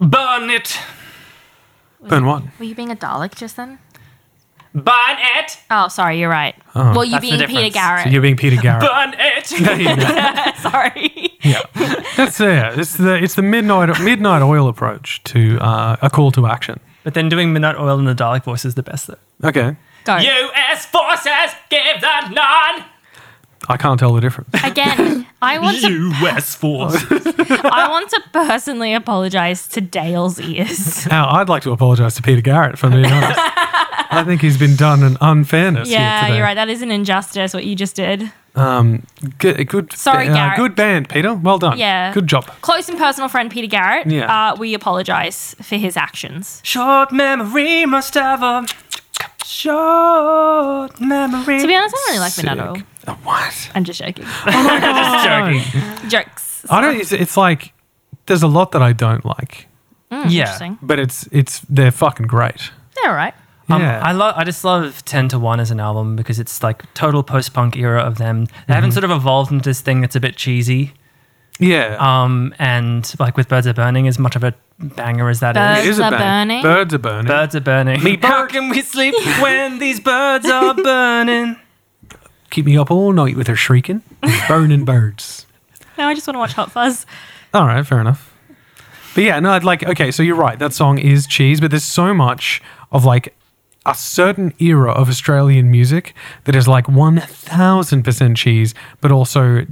Burn it! Mm. Burn what? Were you being a Dalek just then? Burn it! Oh, sorry, you're right. well, you That's the being Peter difference. Garrett. Oh. So you're being Peter Garrett. Burn it! sorry. That's there. It's the it's the midnight midnight oil approach to uh, a call to action. But then doing Midnight Oil in the Dalek voice is the best, though. Okay, Go. U.S. forces, give the none! I can't tell the difference. Again, I want to U.S. forces. I want to personally apologize to Dale's ears. Now, I'd like to apologise to Peter Garrett for being honest. I think he's been done an unfairness here yeah, today. you're right. That is an injustice what you just did. Um, good, good, uh, Sorry, Garrett. good band, Peter. Well done. Yeah. good job. Close and personal friend Peter Garrett. Yeah. Uh, we apologize for his actions. Short memory must have a short memory. To be honest, I don't really like Midnight Oil. Oh, What? I'm just joking. Hmm, Jokes. I don't. It's, it's like there's a lot that I don't like, yeah. Interesting. but it's it's they're fucking great. They're all right. Um, Yeah. I love. I just love Ten to One as an album because it's like total post punk era of them. They Mm-hmm. haven't sort of evolved into this thing that's a bit cheesy. Yeah, Um, and like with Birds Are Burning, as much of a banger as that is. Birds it is a are band. burning. Birds are burning. Birds are burning. Me How bird. can we sleep when these birds are burning? Keep me up all night with her shrieking, burning birds. Now I just want to watch Hot Fuzz. All right, fair enough. But yeah, no, I'd like okay, so you're right. That song is cheese, but there's so much of like a certain era of Australian music that is like 1000% cheese, but also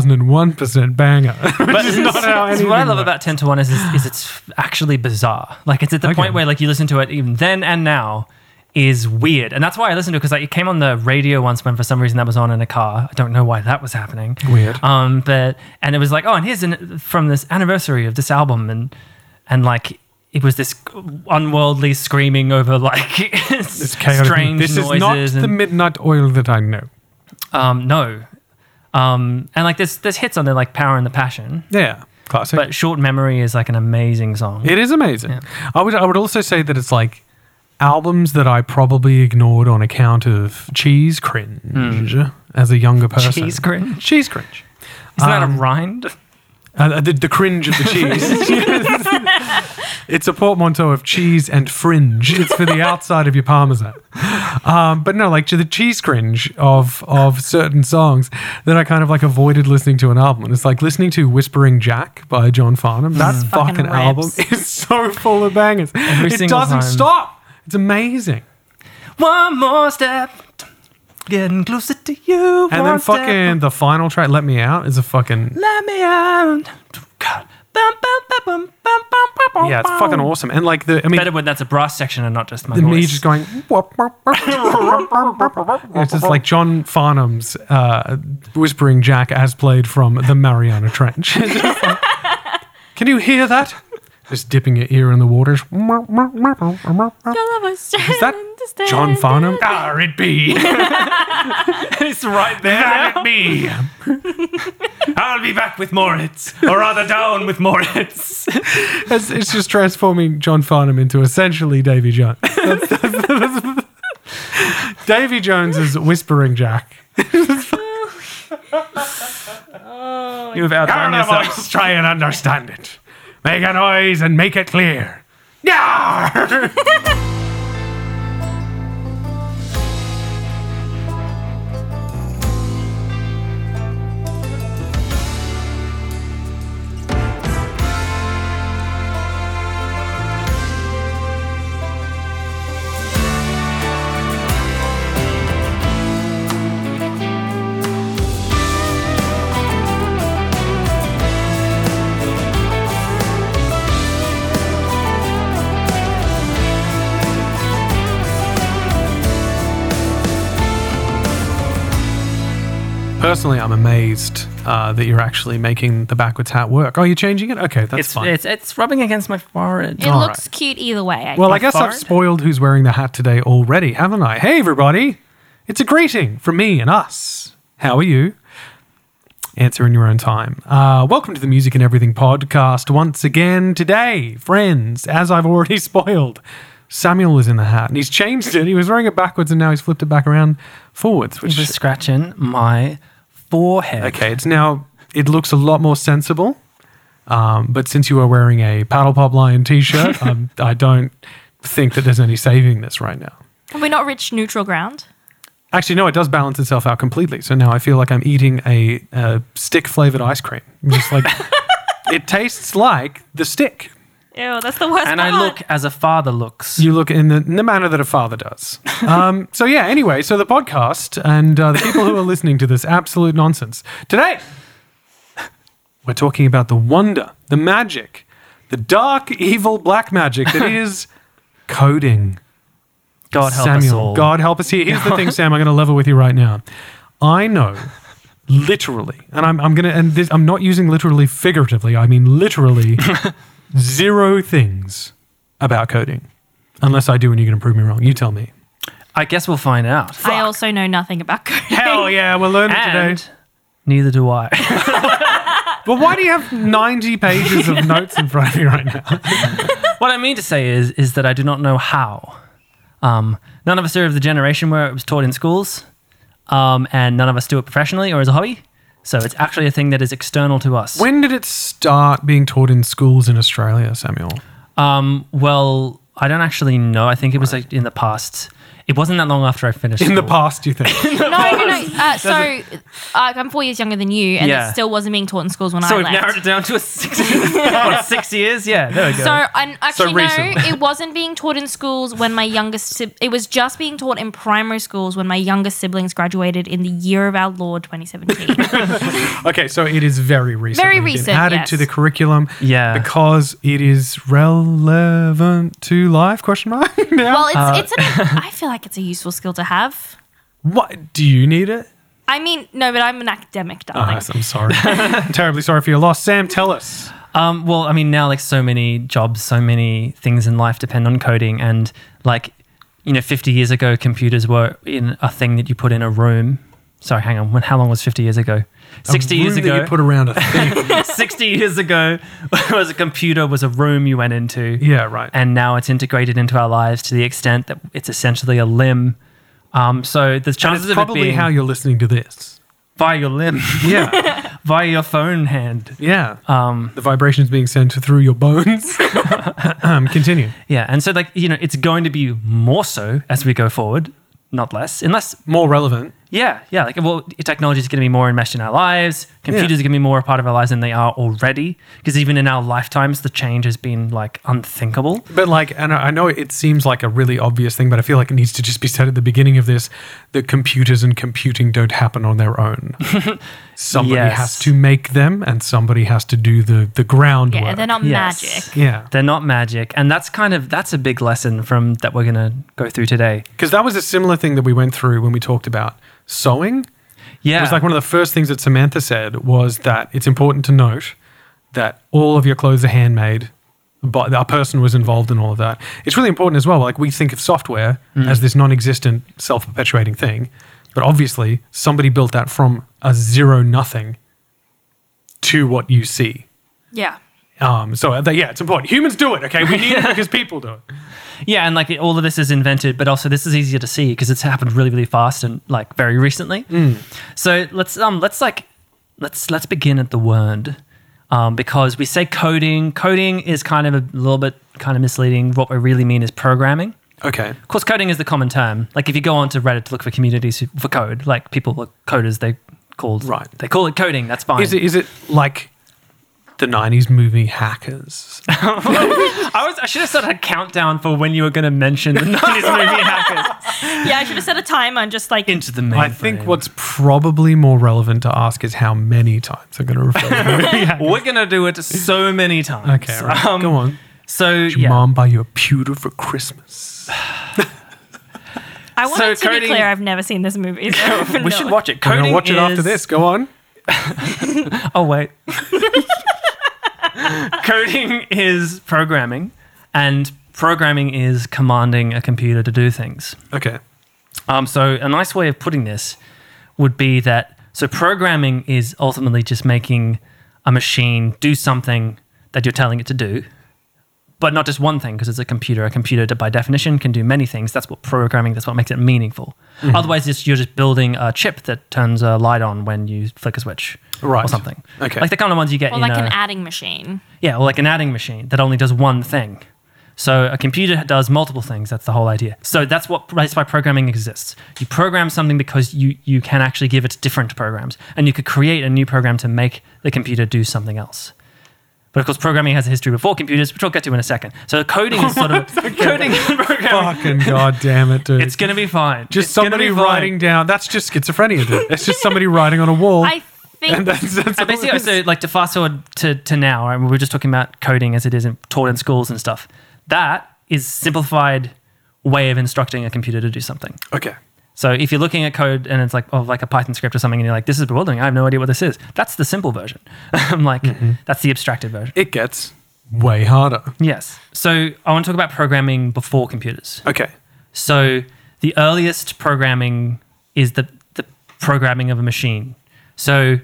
1001% banger. But it's not how it's anything what I love works. about Ten to One is, is, is it's actually bizarre. Like it's at the Okay. point where like you listen to it even then and now is weird, and that's why I listen to it because like it came on the radio once when for some reason that was on in a car. I don't know why that was happening. Weird. Um, but and it was like oh, and here's an, from this anniversary of this album, and and like. It was this unworldly screaming over like Chaotic. strange this noises. is not and, the midnight oil that I know. Um, no. Um, and like there's there's hits on there like Power and the Passion, Yeah, classic. but Short Memory is like an amazing song. It is amazing. I would I would also say that it's like albums that I probably ignored on account of cheese cringe as a younger person. Cheese cringe? Hmm. Cheese cringe. Isn't that a Um, rind? Uh, the, the cringe of the cheese. it's a portmanteau of cheese and fringe. It's for the outside of your parmesan. Um, but no, like to the cheese cringe of of certain songs that I kind of like avoided listening to an album. And it's like listening to "Whispering Jack" by John Mm. Farnham. That Fucking fucking, album rips. is so full of bangers. it single doesn't time. stop. It's amazing. One more step, getting closer to you. And one then step. fucking the final track, "Let Me Out," is a fucking let me out. God. Bum, bum, bum, bum, bum, bum, bum, yeah, it's bum. fucking awesome. And like the I mean, Better when that's a brass section and not just my the voice. me just going. "Wop, wop, wop." it's just like John Farnham's uh, whispering Jack as played from the Mariana Trench. It's just like, Can you hear that? Just dipping your ear in the waters. Is Is that John Farnham? Ah, it be. it's right there. Damn it be. I'll be back with Moritz, or rather down with Moritz. It's, it's just transforming John Farnham into essentially Davy Jones. Davy Jones is whispering Jack. You've outdone Carnivorous, yourself. try and understand it. Make a noise and make it clear. Yarr! Personally, I'm amazed uh, that you're actually making the backwards hat work. Oh, you're changing it? Okay, that's It's, fine. it's it's rubbing against my forehead. It All looks cute either way. I Well, I guess. guess I've Fard? spoiled who's wearing the hat today already, haven't I? Hey, everybody! It's a greeting from me and us. How are you? Answer in your own time. Uh, welcome to the Music and Everything podcast once again today, friends. As I've already spoiled, Samuel is in the hat and he's changed it. He was wearing it backwards and now he's flipped it back around forwards, which Just is scratching my forehead. okay. It's now it looks a lot more sensible. Um, but since you are wearing a Paddle Pop Lion t shirt, um, I don't think that there's any saving this right now. Have we not reached neutral ground? Actually, no, it does balance itself out completely. So now I feel like I'm eating a, a stick flavored ice cream. I'm Just like it tastes like the stick. Ew, that's the worst And part. I look as a father looks. You look in the, in the manner that a father does. Um, so yeah. Anyway, so the podcast and uh, the people who are listening to this absolute nonsense today, we're talking about the wonder, the magic, the dark, evil, black magic that is coding. God help Samuel, us all. God help us here. Here's the thing, Sam. I'm going to level with you right now. I know, literally, and I'm, I'm going to, and this, I'm not using literally figuratively. I mean literally, zero things about coding, unless I do, and you can prove me wrong. You tell me. I guess we'll find out. I also know nothing about coding. Hell yeah, we're learning And today. neither do I. But why do you have 90 pages of notes in front of you right now? what I mean to say is, is that I do not know how. Um, none of us are of the generation where it was taught in schools, um, and none of us do it professionally or as a hobby. So it's actually a thing that is external to us. When did it start being taught in schools in Australia, Samuel? Um, well, I don't actually know. I think it was like in the past. It wasn't that long after I finished. In the school. past, do you think? No, no, no. Uh, so uh, I'm four years younger than you, and Yeah. it still wasn't being taught in schools when So I we've left. narrowed it down to a six, what, six years. Yeah, there we go. So and actually no, recently. it wasn't being taught in schools when my youngest. sib- It was just being taught in primary schools when my youngest siblings graduated in the year of our Lord 2017. Okay, so it is very recent. Very It's been recent, Added yes. to the curriculum. Yeah. Because it is relevant to life? Question mark. now, well, it's it's. Uh. An, I feel like it's a useful skill to have. what do you need it? I mean, no, but I'm an academic, Oh, Uh-huh. darling. I'm sorry. I'm terribly sorry for your loss. Sam, tell us. Um, well, I mean, now like so many jobs, so many things in life depend on coding, and like you know, 50 years ago, computers were in a thing that you put in a room. Sorry, hang on. When, how long was 50 years ago? 60 A years room that ago. you put around a thing. 60 years ago was a computer was a room you went into. yeah, right. and now it's integrated into our lives to the extent that it's essentially a limb. Um, so the And chances of it's it probably being how you're listening to this. via your limb, Yeah, via your phone hand. yeah. Um, the vibrations being sent through your bones. um, continue. Yeah, and so like you know, it's going to be more so as we go forward, not less. Unless More relevant. yeah, yeah, like well, technology is going to be more enmeshed in our lives. Computers are going to be more a part of our lives than they are already. Because even in our lifetimes, the change has been like unthinkable. But like, and I I know it seems like a really obvious thing, but I feel like it needs to just be said at the beginning of this that computers and computing don't happen on their own. somebody Yes. has to make them, and somebody has to do the the groundwork. yeah, they're not Yes. magic. Yeah, They're not magic, and that's kind of that's a big lesson from that we're going to go through today. because that was a similar thing that we went through when we talked about sewing. Yeah, It was like one of the first things that Samantha said was that it's important to note that all of your clothes are handmade, but a person was involved in all of that. It's really important as well. Like we think of software as this non-existent, self-perpetuating thing, but obviously somebody built that from a zero nothing to what you see. Yeah. Um, so uh, yeah, it's important. Humans do it. Okay, we need it because people do it. Yeah, and like all of this is invented, but also this is easier to see because it's happened really, really fast and like very recently. Mm. So let's um let's like let's let's begin at the word, um because we say coding. Coding is kind of a little bit kind of misleading. What we really mean is programming. Okay. Of course, coding is the common term. Like if you go onto Reddit to look for communities who- for code, like people are coders, they called Right. They call it coding. That's fine. Is it is it like the '90s movie Hackers? I was I should have started a countdown for when you were going to mention the 90s movie hackers Yeah, I should have set a timer and just like into the main. I think what's probably more relevant to ask is how many times I'm going to refer to it. We're gonna do it so many times. Okay, right. Um, Go on. So Did your yeah. mom buy you a pewter for Christmas? I wanted So to coding- be clear, I've never seen this movie. So we should watch it. I'm Coding going to watch it after is- this. Go on. Oh wait. Coding is programming, and programming is commanding a computer to do things. Okay. Um, so a nice way of putting this would be that so programming is ultimately just making a machine do something that you're telling it to do, but not just one thing because it's a computer. A computer, de- by definition, can do many things. That's what programming. That's what makes it meaningful. Mm-hmm. Otherwise, it's, you're just building a chip that turns a light on when you flick a switch, Right. or something. Okay. like the kind of ones you get Or in like a- an adding machine. yeah, or like an adding machine that only does one thing. So a computer does multiple things. That's the whole idea. So that's what that's why programming exists. You program something because you you can actually give it different programs, and you could create a new program to make the computer do something else. But of course, programming has a history before computers, which we'll get to in a second. So coding is sort of coding and programming. Fucking goddamn it, dude. It's gonna be fine. just It's gonna somebody be fine. writing down. That's just schizophrenia, dude. It's just somebody writing on a wall. I and think that's, that's And all it basically, is. so like to fast forward to, to now, right? We were just talking about coding as it is in, taught in schools and stuff. That is simplified way of instructing a computer to do something. okay. So if you're looking at code and it's like of like a Python script or something, and you're like, "This is bewildering. I have no idea what this is." That's the simple version. I'm like, that's the abstracted version. It gets way harder. Yes. So I want to talk about programming before computers. Okay. So the earliest programming is the, the programming of a machine. So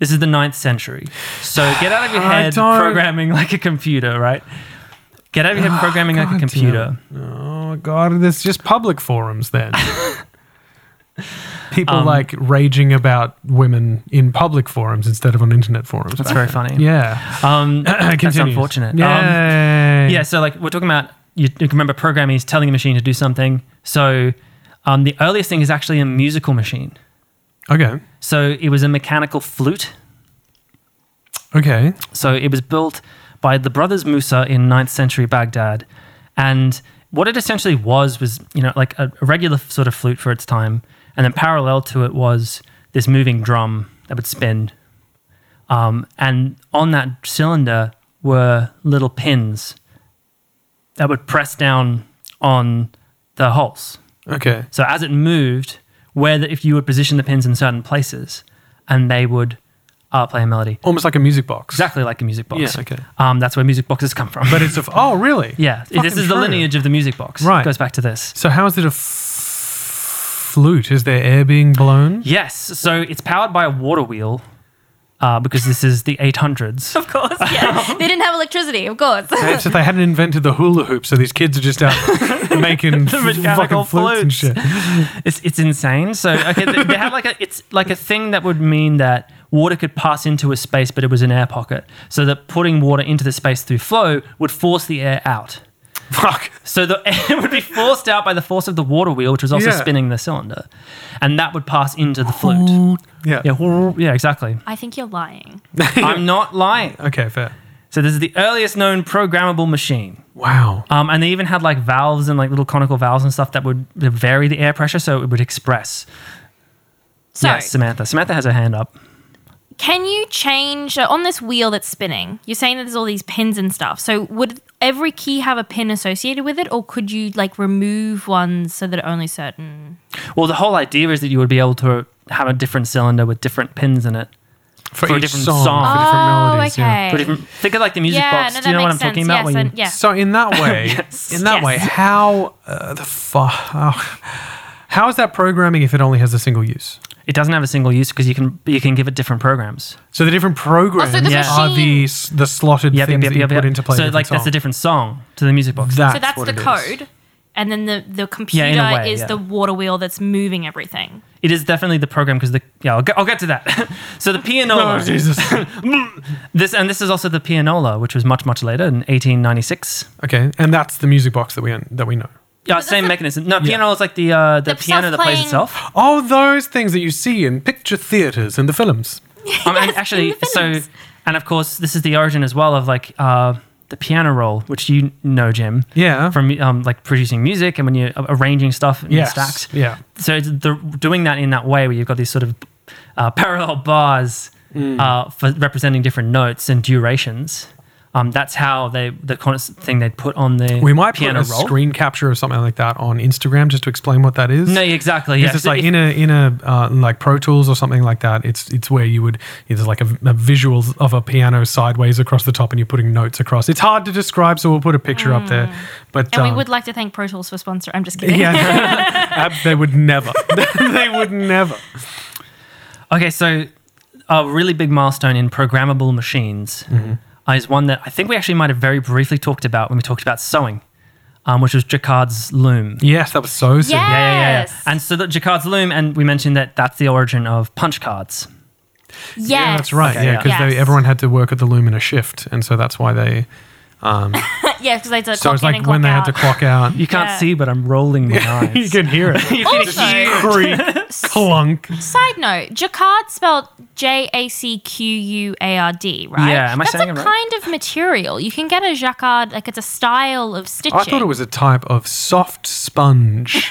this is the ninth century. So get out of your I head don't- programming like a computer, right? Get out of your head programming like a God computer. damn. Oh god, there's just public forums then. People Um, like raging about women in public forums instead of on internet forums. That's very funny. yeah. Um, that's Continues. unfortunate. Um, Yay. yeah. So like we're talking about you, you remember programming is telling a machine to do something. So um, the earliest thing is actually a musical machine. Okay. So it was a mechanical flute. Okay. So it was built by the brothers Musa in 9th century Baghdad. And what it essentially was was, you know, like a, a regular sort of flute for its time. And then parallel to it was this moving drum that would spin. Um, and on that cylinder were little pins that would press down on the holes. Okay. So as it moved, where the, if you would position the pins in certain places, and they would uh, play a melody. Almost like a music box. Exactly like a music box. Yeah, okay. Um, that's where music boxes come from. But it's a f- Oh, really? yeah, Fucking this is the true. lineage of the music box. Right. It goes back to this. So how is it a f- flute? Is there air being blown? Yes, so it's powered by a water wheel uh, because this is the 800s. of course, yeah. they didn't have electricity, of course. Perhaps if they hadn't invented the hula hoop, so these kids are just out making fucking mechanical flutes and flutes. shit. It's, it's insane. So okay, they, they had like a it's like a thing that would mean that water could pass into a space, but it was an air pocket. So that putting water into the space through flow would force the air out. Fuck. So the air would be forced out by the force of the water wheel, which was also Yeah. spinning the cylinder, and that would pass into the flute. Yeah. Yeah, whor- yeah, exactly. I think you're lying. I'm not lying. Okay, fair. So this is the earliest known programmable machine. Wow. Um, and they even had like valves and like little conical valves and stuff that would that vary the air pressure so it would express. Sorry. Yes, Samantha. Samantha has her hand up. Can you change uh, on this wheel that's spinning? You're saying that there's all these pins and stuff. So would every key have a pin associated with it, or could you like remove ones so that only certain? Well, the whole idea is that you would be able to have a different cylinder with different pins in it. for a each different song. for different oh, melodies. okay. Yeah. For different, think of like the music yeah, box. no, that Do you know makes what I'm talking sense. about? Yes, Where you- and, yeah. So in that way, in that Yes. way, how uh, the fuck? oh. how is that programming if it only has a single use? It doesn't have a single use because you can you can give it different programs. So the different programs Oh, so the Yeah. are the machine- s- the slotted Yep, things yep, that you yep, put yep. into play. So like that's a different song to the music box. so that's what the it is. code, and then the the computer way, is yeah. the water wheel that's moving everything. It is definitely the program because the yeah I'll get, I'll get to that. so the pianola. Oh Jesus. This and this is also the pianola, which was much much later in 1896. okay, and that's the music box that we that we know. Yeah, same mechanism. No, pianola is like the uh, the, The piano that plays self-playing- itself. Oh, those things that you see in picture theaters and the films. Um, and actually, in the so films. and of course, this is the origin as well of like uh, the piano roll, which you know, Jim. Yeah. From um, like producing music and when you're uh, arranging stuff in Yes. stacks. Yeah. so it's the, doing that in that way where you've got these sort of uh, parallel bars Mm. uh, for representing different notes and durations. Um, that's how they the kind of thing they'd put on the We might put a piano roll. screen capture or something like that on Instagram just to explain what that is. No, exactly. It's Yeah. just So like if- in a in a uh, like Pro Tools or something like that. It's it's where you would it's like a, a visual of a piano sideways across the top, and you're putting notes across. It's hard to describe, so we'll put a picture up there. But And um, we would like to thank Pro Tools for sponsor. I'm just kidding. yeah, ab- they would never. they would never. Okay, so a really big milestone in programmable machines uh, is one that I think we actually might have very briefly talked about when we talked about sewing, um, which was Jacquard's loom. Yes, that was so soon. Yeah. Yeah, yeah, yeah. Yes. And so the Jacquard's loom, and we mentioned that that's the origin of punch cards. Yes. Yeah, that's right. yeah, because Yes. everyone had to work at the loom in a shift, and so that's why they. yeah, because they had to So clock it's in like and when clock they out. had to clock out. You can't Yeah. see, but I'm rolling my you eyes. can hear it. Also, Creak, clunk. side note: Jacquard spelled J A C Q U A R D, right? Yeah, am I That's saying a it right? kind of material. You can get a Jacquard, like it's a style of stitching. I thought it was a type of soft sponge.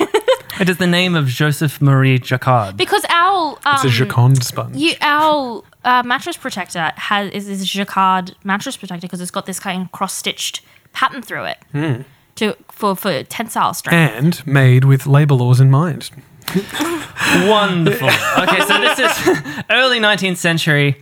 It is the name of Joseph Marie Jacquard. because our um, It's a Joconde sponge. You, our uh, mattress protector has is this jacquard mattress protector because it's got this kind of cross stitched pattern through it to for for tensile strength. and made with labor laws in mind. Wonderful. Okay, so this is early 19th century,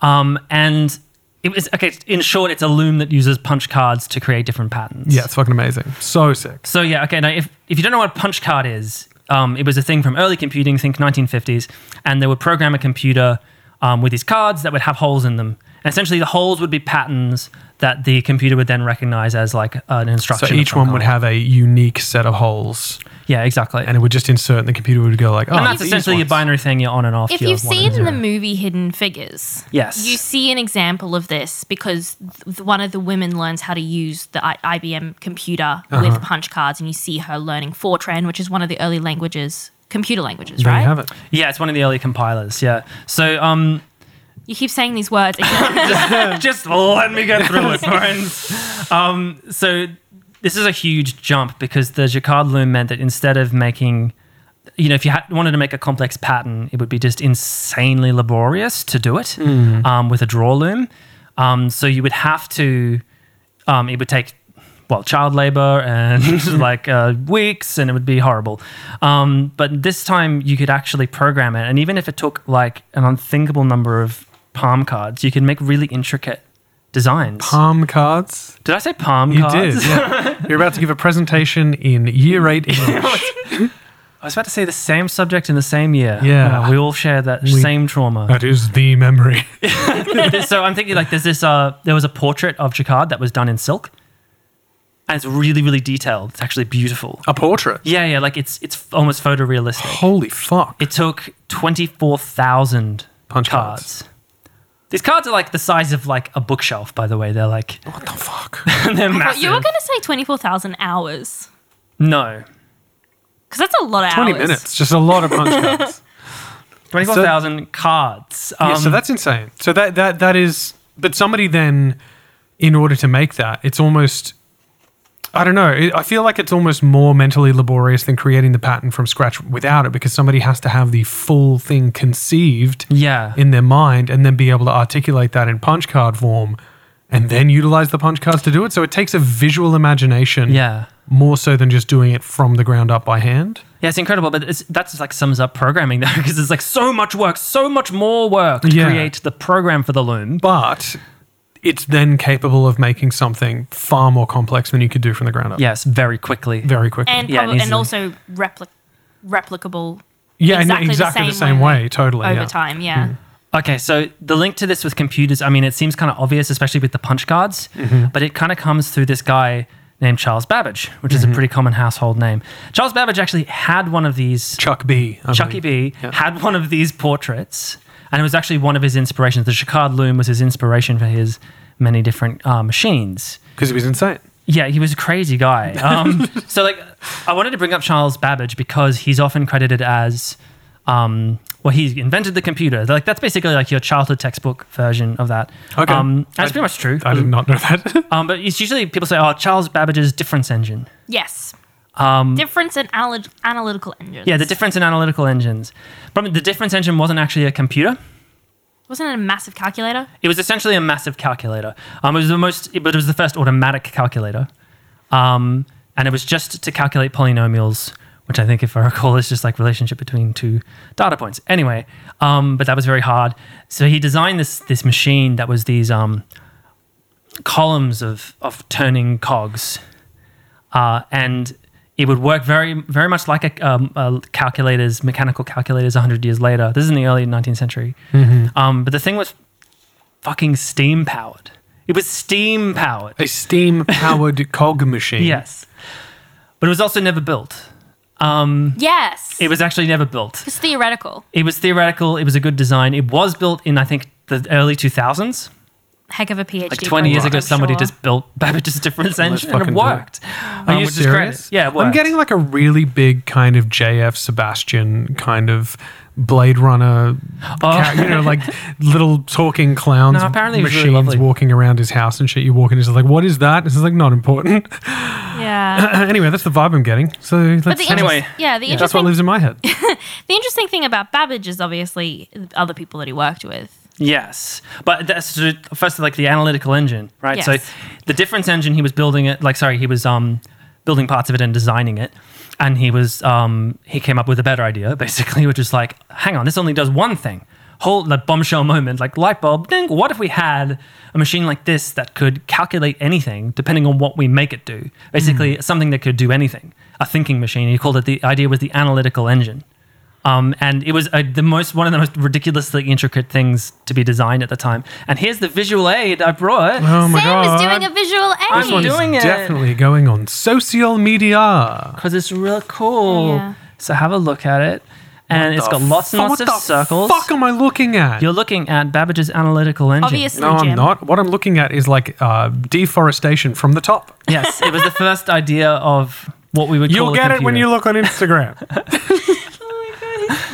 um, and it was okay. In short, it's a loom that uses punch cards to create different patterns. Yeah, it's fucking amazing. So sick. So yeah, okay. Now, if if you don't know what a punch card is, um, it was a thing from early computing, think 1950s, and they would program a computer um, with these cards that would have holes in them. And essentially, the holes would be patterns that the computer would then recognize as like an So instruction. of each some one would kind. have a unique set of holes, Yeah, exactly. and it would just insert, and the computer would go like, "Oh, and that's these essentially your ones. binary thing. You're on and off. If you're you've one seen and zero. the movie Hidden Figures, Yes. you see an example of this because th- one of the women learns how to use the I- IBM computer Uh-huh. with punch cards, and you see her learning Fortran, which is one of the early languages, computer languages, There right? you have it. yeah, it's one of the early compilers. Yeah. So um, You keep saying these words. Ignore- just let me get through it, friends. Um, so this is a huge jump because the Jacquard loom meant that instead of making, you know, if you had, wanted to make a complex pattern, it would be just insanely laborious to do it Mm. um, with a draw loom. Um, so you would have to, um, it would take, well, child labor and like uh, weeks, and it would be horrible. Um, but this time you could actually program it, and even if it took like an unthinkable number of palm cards, you could make really intricate designs. Palm cards. Did I say palm You cards? did. yeah. You're about to give a presentation in year eight English. I was about to say the same subject in the same year. Yeah. Uh, we all share that same trauma. that is the memory. so I'm thinking like there's this uh there was a portrait of Jacquard that was done in silk. And it's really, really detailed. It's actually beautiful. A portrait. Yeah, yeah, like it's it's almost photorealistic. Holy fuck. It took twenty four thousand Punch cards. These cards are like the size of like a bookshelf, by the way. They're like What the fuck? they're massive. you were going to say twenty four thousand hours no. because that's a lot of Twenty hours. minutes. Just a lot of punch cards. Twenty four thousand cards. Um, yeah, so that's insane. So that that that is. But somebody then, in order to make that, it's almost. I don't know. It, I feel like it's almost more mentally laborious than creating the pattern from scratch without it, because somebody has to have the full thing conceived yeah. in their mind and then be able to articulate that in punch card form, and then utilize the punch cards to do it. So it takes a visual imagination, yeah. more so than just doing it from the ground up by hand. Yeah, it's incredible, but it's, that just like sums up programming though, because it's like so much work, so much more work to Yeah. create the program for the loom. But it's then capable of making something far more complex than you could do from the ground up. Yes, very quickly. very quickly. and Yeah, probably, and and easily. also repli- replicable yeah, exactly in the exactly the same same way way, totally. over yeah. Hmm. time. Yeah, Okay, so the link to this with computers, I mean, it seems kind of obvious, especially with the punch cards, but it kind of comes through this guy named Charles Babbage, which is a pretty common household name. Charles Babbage actually had one of these Chuck B. I Chucky E believe. B had one of these portraits, and it was actually one of his inspirations. The Jacquard loom was his inspiration for his many different uh, machines. Because he was insane. Yeah, he was a crazy guy. Um, so, like, I wanted to bring up Charles Babbage because he's often credited as, um, well, he invented the computer. Like, that's basically like your childhood textbook version of that. Okay. Um, that's pretty much true. I did not know that. Um, but it's usually people say, oh, Charles Babbage's difference engine. yes. Um, difference in anal- analytical engines. Yeah, the difference in analytical engines. But the difference engine wasn't actually a computer. wasn't it a massive calculator? It was essentially a massive calculator. Um, it was the most, but it was the first automatic calculator, um, and it was just to calculate polynomials, which I think, if I recall, is just like relationship between two data points. Anyway, um, but that was very hard. So he designed this this machine that was these um, columns of of turning cogs, uh, and it would work very very much like a, um, a calculators mechanical calculators 100 years later this is in the early 19th century um, but the thing was fucking steam powered. It was steam powered. A steam powered cog machine. Yes. But it was also never built. Yes. It was actually never built. it's theoretical. It was theoretical. It was a good design. It was built in, I think, the early 2000s. Heck of a PhD. Like 20 years program, ago, I'm somebody sure. just built Babbage's difference engine and fucking it do it. worked. Are Um, you which is great. serious? Yeah, it I'm worked. getting like a really big kind of JF Sebastian kind of Blade Runner, ca- you know, like little talking clowns. Oh. No, apparently it was machines really lovely. walking around his house and shit. You walk in, it's like, what is that? It's like not important. Yeah. anyway, that's the vibe I'm getting. So But that's, the anyway, Anyway. yeah, the that's what interesting, lives in my head. the interesting thing about Babbage is obviously other people that he worked with. Yes, but that's first like the analytical engine, right? So Yes. the difference engine he was building it, like sorry, he was um building parts of it and designing it, and he was um he came up with a better idea basically, which is like, hang on, this only does one thing. Whole the bombshell moment, like light bulb. Ding, what if we had a machine like this that could calculate anything depending on what we make it do? Basically, something that could do anything. A thinking machine. He called it the idea was the analytical engine. Um, and it was uh the most one of the most ridiculously intricate things to be designed at the time. And here's the visual aid I brought. Oh my Sam god. is doing a visual I'm aid. doing it Definitely going on social media. because it's real cool. Yeah. So have a look at it, and it's got lots and Fuck, lots what of the circles. fuck am I looking at? You're looking at Babbage's analytical engine. Obviously, no, I'm Jim. not. What I'm looking at is like uh, deforestation from the top. Yes, it was the first idea of what we would. You'll call a get it when computer. you look on Instagram.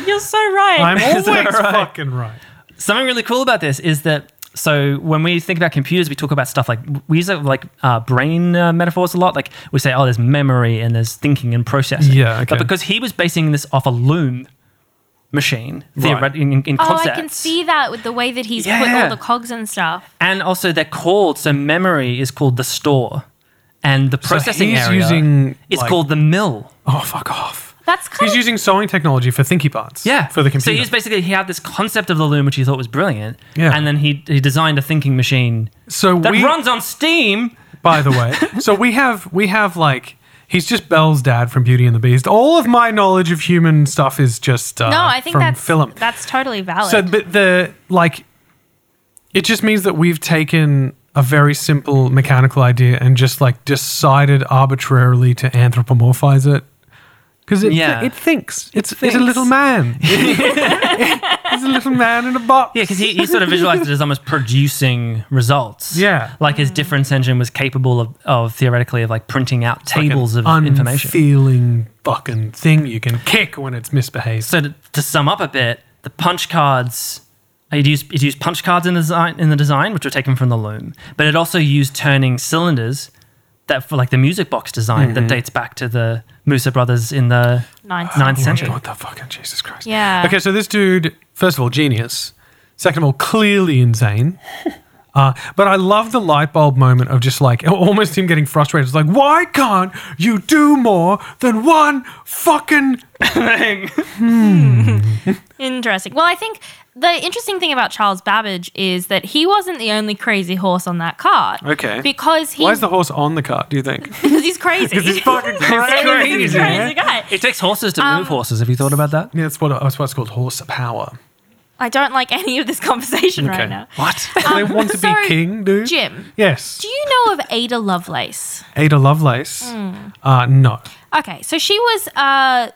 You're so right. I'm always Is that right? fucking right. something really cool about this is that so when we think about computers, we talk about stuff like we use uh, like uh, brain uh, metaphors a lot. Like we say, oh, there's memory and there's thinking and processing. Yeah, okay. But because he was basing this off a loom machine, theoret- Right. in, in, in oh, concepts, I can see that with the way that he's put Yeah. all the cogs and stuff. and also they're called. So memory is called the store, and the processing he's area using, is like- called the mill. Oh, fuck off. That's kind He's of using sewing technology for thinky parts. Yeah. For the So computer. he was basically he had this concept of the loom, which he thought was brilliant. Yeah. And then he he designed a thinking machine So, that we, runs on steam. by the way, so we have, we have like, he's just Belle's dad from Beauty and the Beast. All of my knowledge of human stuff is just uh, no. I think from that's film. that's totally valid. So, but the like, it just means that we've taken a very simple mechanical idea and just like decided arbitrarily to anthropomorphize it because it, Yeah. it thinks it's it's a thinks. little man. it's a little man in a box. Yeah, because he, he sort of visualized it as almost producing results. Yeah. Like his difference engine was capable of, of theoretically of like printing out Like an tables of information. unfeeling fucking thing you can kick when it's misbehaved. so to, to sum up a bit, the punch cards it used it used punch cards in the design in the design, which were taken from the loom. But it also used turning cylinders that for like the music box design that dates back to the Musa brothers in the Ninth ninth Wonder century. What the fucking Jesus Christ? Yeah. Okay, so this dude, first of all, genius. Second of all, clearly insane. Uh, but I love the light bulb moment of just like almost him getting frustrated. It's like, why can't you do more than one fucking? Interesting. Well, I think the interesting thing about Charles Babbage is that he wasn't the only crazy horse on that cart. Okay. Because he, Why is the horse on the cart? Do you think? because he's crazy. Because he's fucking He's crazy. a yeah? crazy guy. It takes horses to Um, move horses. Have you thought about that? Yeah, that's what that's why it's called horse power. I don't like any of this conversation Okay. right now. What? they want to so, be king, dude. Uh, Jim, Yes. do you know of Ada Lovelace? Ada Lovelace. Mm. Uh, no. Okay, so she was uh,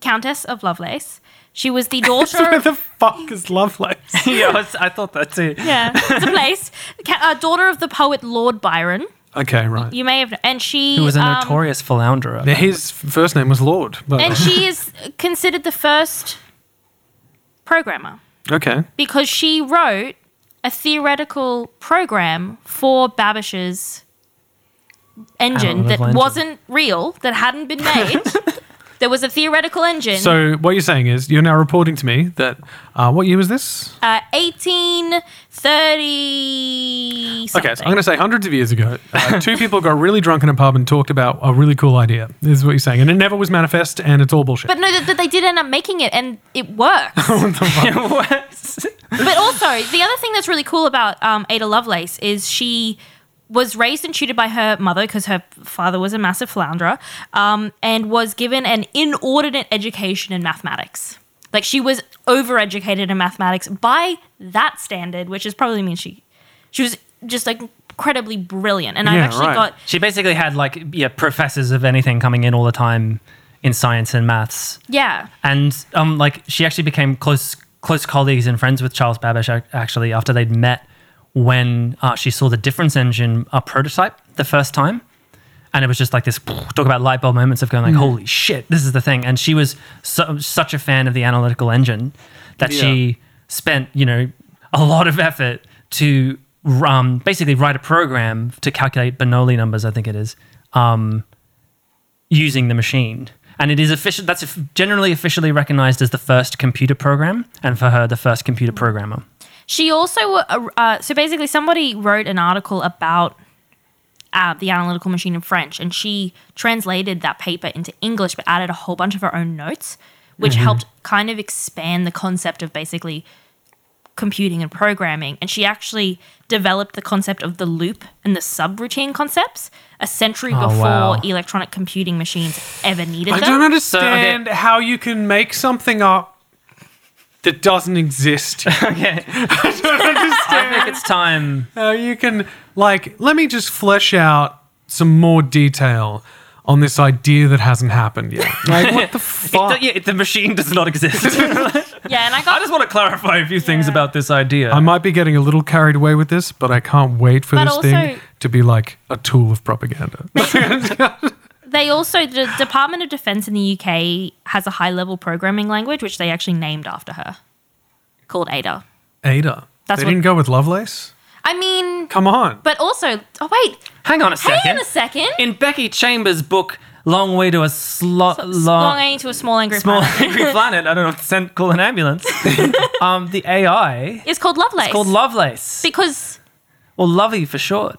Countess of Lovelace. She was the daughter Where of the fuck is Lovelace? yeah, I, was- I thought that too. yeah, it's a place. Ca- uh, daughter of the poet Lord Byron. Okay, right. You may have, and she Who was a um, notorious philanderer. Now, His first name was Lord. But and she is considered the first programmer okay. because she wrote a theoretical program for Babbage's engine that Analytical engine. wasn't real, that hadn't been made. there was a theoretical engine. So what you're saying is you're now reporting to me that uh, what year was this? uh, 1830. Okay, so I'm going to say hundreds of years ago, uh, two people got really drunk in a pub and talked about a really cool idea. Is what you're saying, and it never was manifest, and it's all bullshit. But no, that, that they did end up making it and it works. but also, the other thing that's really cool about um, Ada Lovelace is she was raised and tutored by her mother because her father was a massive flounderer um, and was given an inordinate education in mathematics. Like she was overeducated in mathematics by that standard, which is probably means she she was just like incredibly brilliant. And I've Yeah, actually right. got She basically had like yeah professors of anything coming in all the time in science and maths, yeah. and um like she actually became close close colleagues and friends with Charles Babbage ac- actually after they'd met when uh, she saw the difference engine uh, prototype the first time. And it was just like this talk about light bulb moments of going like, holy shit, this is the thing. And she was so, such a fan of the analytical engine that she spent, you know, a lot of effort to um, basically write a program to calculate Bernoulli numbers, I think it is, um, using the machine. And it is official. That's of- generally officially recognized as the first computer program, and for her, the first computer programmer. She also, uh, uh, so basically, somebody wrote an article about uh, the analytical machine in French, and she translated that paper into English, but added a whole bunch of her own notes, which Mm-hmm. helped kind of expand the concept of basically computing and programming. And she actually developed the concept of the loop and the subroutine concepts a century Oh, before wow. electronic computing machines ever needed I them. don't understand how you can make something up that doesn't exist. I Okay, don't I understand think it's time. how you can, like, let me just flesh out some more detail on this idea that hasn't happened yet. Like, what the fuck? yeah, the machine does not exist. Yeah, and I I got just want to clarify a few things about this idea. I might be getting a little carried away with this, but I can't wait for But this also- thing to be like a tool of propaganda. They also, the Department of Defense in the UK has a high level programming language, which they actually named after her, called Ada. Ada. That's they what- didn't go with Lovelace? I mean, Come on. but also, oh, wait, Hang on a hang second. on a second. In Becky Chambers' book, Long Way to a Slo- Long Long A to a small angry Small planet. Angry Planet, I don't know, send, call an ambulance. um, the AI It's called Lovelace. called Lovelace, because, or Lovey for short.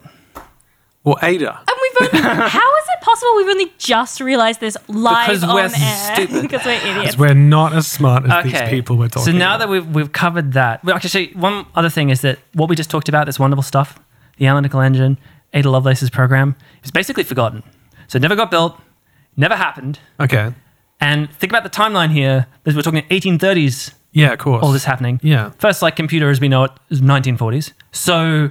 Or Ada. and we've only, how is it possible we've only just realized this live Because on we're air? stupid. Because we're idiots. We're not as smart as these people we're So talking now about. that we've we've covered that, well, actually, one other thing is that what we just talked about, this wonderful stuff, the analytical engine, Ada Lovelace's program, is basically forgotten. So it never got built, never happened. Okay. And think about the timeline here. This- We're talking 1830s. Yeah, of course. All this happening. Yeah. First, like computer as we know it is 1940s. So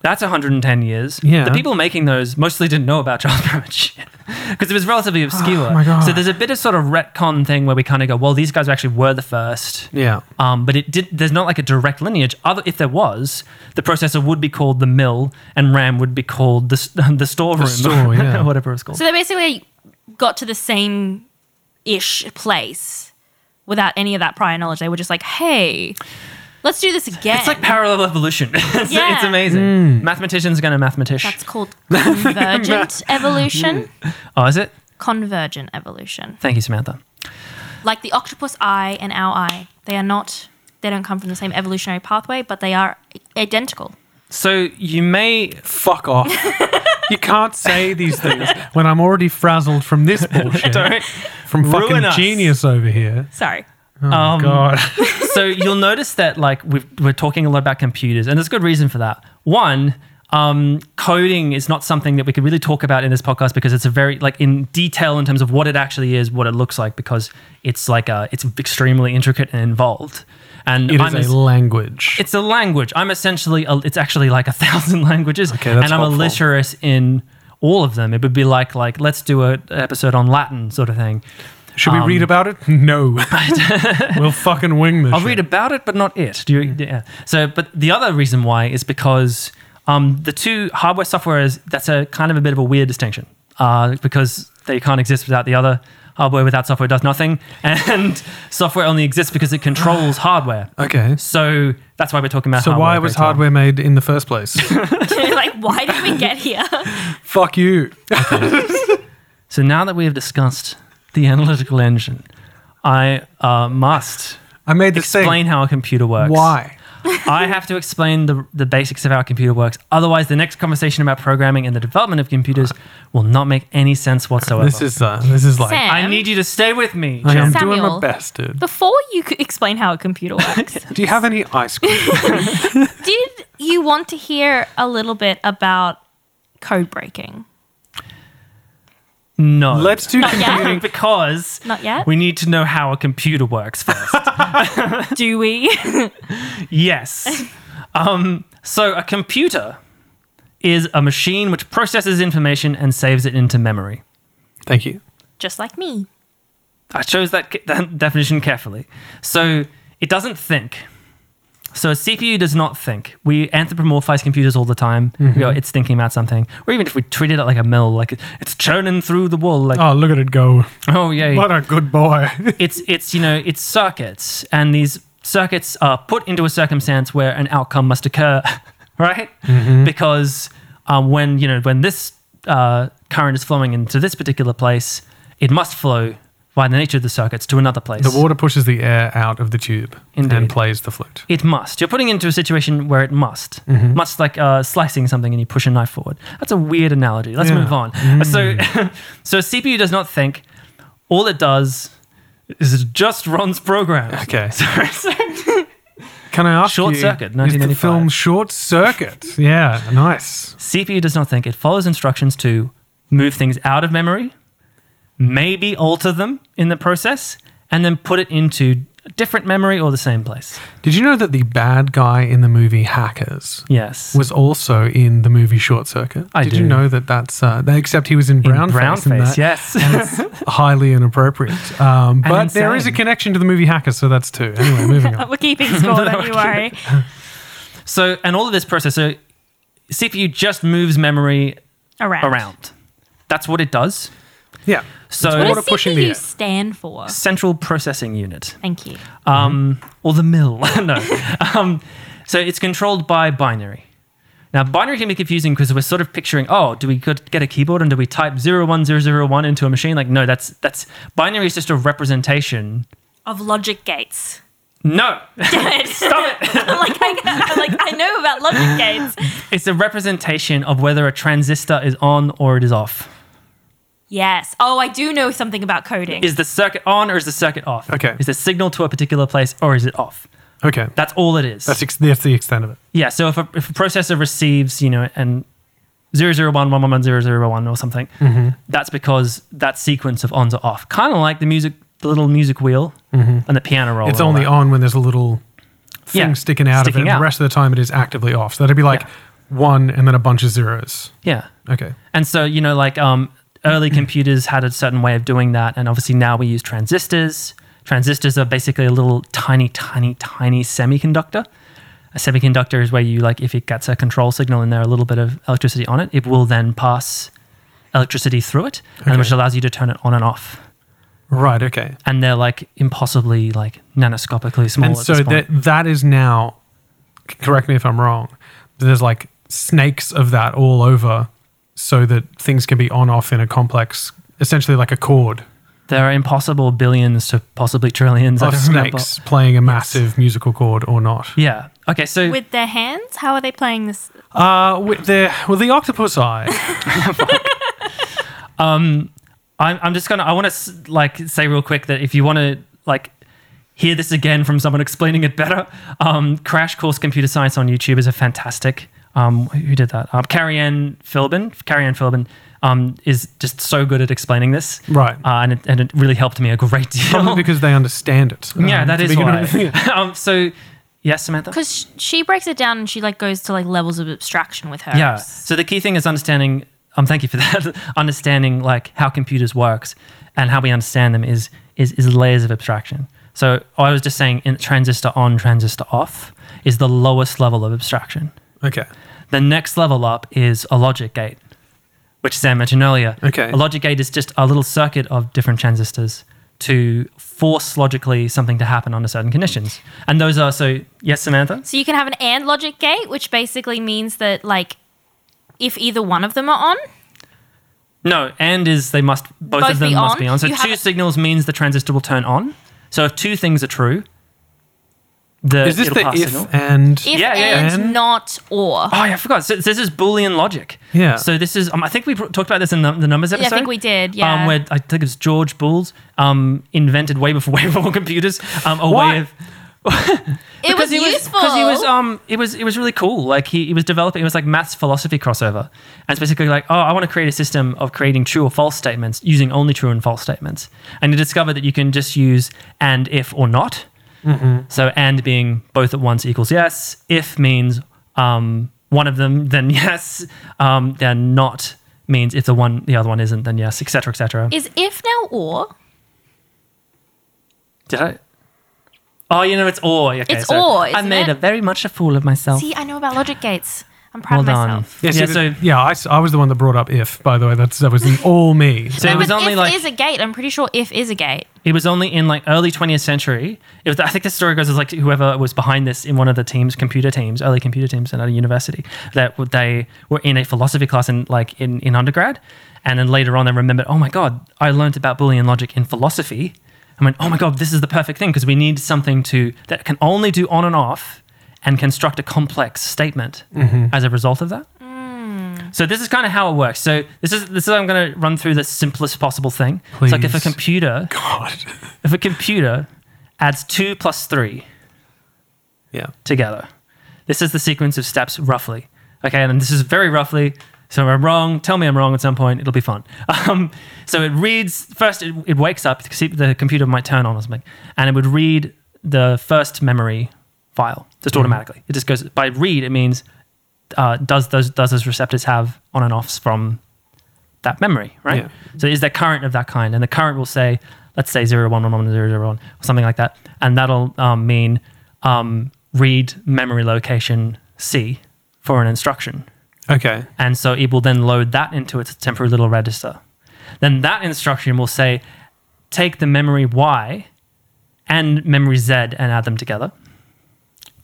that's 110 years. Yeah. The people making those mostly didn't know about Charles Babbage because it was relatively obscure. Oh my God. So there's a bit of sort of retcon thing where we kind of go, well, these guys actually were the first. Yeah. Um, but it did. There's not like a direct lineage. Other, if there was, the processor would be called the mill, and RAM would be called the s- the storeroom, store, yeah. whatever it's called. So they basically got to the same ish place without any of that prior knowledge. They were just like, hey, let's do this again. it's like parallel evolution. it's, Yeah. it's amazing. Mm. Mathematician's gonna mathematician. That's called convergent evolution. Oh, is it? Convergent evolution. Thank you, Samantha. Like the octopus eye and our eye, they are not, they don't come from the same evolutionary pathway, but they are identical. So you may Fuck off. you can't say these things when I'm already frazzled from this bullshit. from fucking ruin us. genius over here. Sorry. um, Oh, God. so you'll notice that like we've, we're talking a lot about computers, and there's good reason for that. One, um, coding is not something that we could really talk about in this podcast because it's a very like in detail in terms of what it actually is, what it looks like, because it's like a, it's extremely intricate and involved. And It I'm is es- a language. it's a language. I'm essentially a, it's actually like a thousand languages, Okay, that's and I'm helpful. illiterate in all of them. It would be like like let's do an episode on Latin sort of thing. Should we um, read about it? No. we'll fucking wing this. I'll read about it, but not it. Do you, yeah. So, but the other reason why is because um, the two hardware software is that's a kind of a bit of a weird distinction uh, because they can't exist without the other. Hardware without software does nothing, and software only exists because it controls hardware. Okay. So that's why we're talking about. So hardware why a was great deal. hardware made in the first place? like, why did we get here? Fuck you. So now that we have discussed the analytical engine, I uh, must I made this explain how a computer works. thing. Why? I have to explain the, the basics of how a computer works. Otherwise, the next conversation about programming and the development of computers will not make any sense whatsoever. This is uh, this is like Sam, I need you to stay with me. I am Jen. doing my Samuel. best, dude. before you could explain how a computer works, Do you have any ice cream? did you want to hear a little bit about code breaking? No. Let's do Not yet. computing. because Not yet? we need to know how a computer works first. Do we? yes. Um, so a computer is a machine which processes information and saves it into memory. Thank you. Just like me. I chose that, ca- that definition carefully. So it doesn't think. So a CPU does not think. We anthropomorphize computers all the time. Mm-hmm. We go, it's thinking about something. Or even if we treated it like a mill, like it- it's churning through the wool, like oh, Oh, look at it go. yeah, What a good boy. it's it's you know it's circuits, and these circuits are put into a circumstance where an outcome must occur, right? Mm-hmm. Because um, when you know when this uh, current is flowing into this particular place, it must flow by the nature of the circuits to another place. the water pushes the air out of the tube and Indeed. plays the flute. It must. You're putting it into a situation where it must. Mm-hmm. Much like uh, slicing something and you push a knife forward. That's a weird analogy. Let's Yeah. Mm. move on. So, so CPU does not think. All it does is it just runs programs. Okay. Can I ask Short you? Circuit, Is the 1995. film Short Circuit? Yeah, nice. CPU does not think. It follows instructions to move things out of memory, maybe alter them in the process, and then put it into a different memory or the same place. Did you know that the bad guy in the movie Hackers Yes. was also in the movie Short Circuit? I Did do. you know that that's uh, that- except he was in brown, in brown face, in that. yes. highly inappropriate. Um, but there is a insane. connection to the movie Hackers, so that's two. Anyway, moving on. We're keeping score, don't you worry. So, and all of this process, so CPU just moves memory Around. around. That's what it does. Yeah. So, What Water does pushing the air. CPU stand for? central processing unit, Thank you. um, or the mill. no. Um, so, it's controlled by binary. Now, binary can be confusing because we're sort of picturing, oh, do we go- get a keyboard and do we type 01001 into a machine? Like, no, that's that's binary is just a representation. Of logic gates. No, Damn it. stop it. I'm like, I, I'm like, I know about logic gates. It's a representation of whether a transistor is on or it is off. Yes. Oh, I do know something about coding. Is the circuit on or is the circuit off? Okay. Is the signal to a particular place or is it off? Okay. That's all it is. That's, ex- that's the extent of it. yeah. So if a, if a processor receives, you know, and 001, 111, 001 or something, Mm-hmm. that's because that sequence of ons or off. Kind of like the music, the little music wheel and the piano roll. Mm-hmm. it's and all only that. on when there's a little thing Yeah, sticking out of sticking it. And out. the rest of the time, it is actively off. So that'd be like one and then a bunch of zeros. Yeah. Okay. And so, you know, like um, early Mm-hmm. computers had a certain way of doing that. And obviously now we use transistors. Transistors are basically a little tiny, tiny, tiny semiconductor. A semiconductor is where you, like, if it gets a control signal and there a little bit of electricity on it, it will then pass electricity through it, and which allows you to turn it on and off. Right. Okay. And they're like impossibly, like, nanoscopically small. and at so this point. that that is now. c- Correct me if I'm wrong. but There's like snakes of that all over, so that things can be on off in a complex, essentially like a chord there are impossible billions to possibly trillions I of don't remember. snakes playing a massive musical chord or not. Yeah. Okay. So With their hands? How are they playing this? Uh, with the with the octopus eye. I'm, I'm just gonna I want to like say real quick that if you want to like hear this again from someone explaining it better, um, Crash Course Computer Science on YouTube is a fantastic. Um, who did that? Um, Carrie Ann Philbin. Carrie Ann Philbin um, is just so good at explaining this, Right. Uh, and it, and it really helped me a great deal. Probably because they understand it. yeah, Um, that to is begin why. with. Yeah. um, so, yes, Samantha. Because she breaks it down and she like goes to like levels of abstraction with her. Yeah. So the key thing is understanding. Um, thank you for that. understanding like how computers works and how we understand them is is is layers of abstraction. So I was just saying, in transistor on, transistor off is the lowest level of abstraction. Okay. The next level up is a logic gate, which Sam mentioned earlier. Okay. A logic gate is just a little circuit of different transistors to force logically something to happen under certain conditions. And those are so yes, Samantha. So you can have an and logic gate, which basically means that like if either one of them are on, No, and is they must both, Both of them be must on? be on. So You two haven't- signals means the transistor will turn on. So if two things are true, the Is this it'll the pass if signal. and if Yeah, yeah, and and- not or. Oh, yeah, I forgot. So this is Boolean logic. Yeah. So this is, um, I think we pr- talked about this in the, the numbers I episode. think we did, yeah. Um, where I think it's George Boole's um, invented way before way before computers um, a Why? way of It was he useful. because he was um it was it was really cool. Like he, he was developing it was like maths philosophy crossover. And it's basically like, oh, I want to create a system of creating true or false statements using only true and false statements. And he discovered that you can just use and if or Mm-hmm. not. So and being both at once equals yes. If means um one of them, then yes. Um, they're not means if the one the other one isn't, then yes, etc. etc. Is if now or? Did I? Oh, you know it's or. Okay, It's or, I isn't made it? a very much a fool of myself. See, I know about logic gates. I'm proud Well done. of myself. Yeah, Yeah, so, so yeah I, s- I was the one that brought up if, by the way. That's, that was all me. so it No, was but only if like is a gate. I'm pretty sure if is a gate. It was only in like early 20th century. It was, I think the story goes is like whoever was behind this in one of the teams, computer teams, early computer teams at a university, that w- they were in a philosophy class in like in, in undergrad, and then later on they remembered, oh my god, I learned about Boolean logic in philosophy. I went, oh my god, this is the perfect thing because we need something to that can only do on and off, and construct a complex statement as a result of that. So this is kind of how it works. So this is this is I'm going to run through the simplest possible thing. It's like if a Please. computer God. if a computer adds two plus three Yeah. together, this is the sequence of steps roughly. Okay, and this is very roughly. So I'm wrong. Tell me I'm wrong at some point. It'll be fun. Um, so it reads first. It, it wakes up. see, The computer might turn on or something, and it would read the first memory file just automatically. It just goes by read. It means uh, does those does those receptors have on and offs from that memory, right? Yeah. So is there current of that kind? And the current will say, let's say 0, 1, 1, 1, 0, 0, 1, or something like that. And that'll um, mean um, read memory location C for an instruction. Okay. And so it will then load that into its temporary little register. Then that instruction will say, take the memory Y and memory Z and add them together.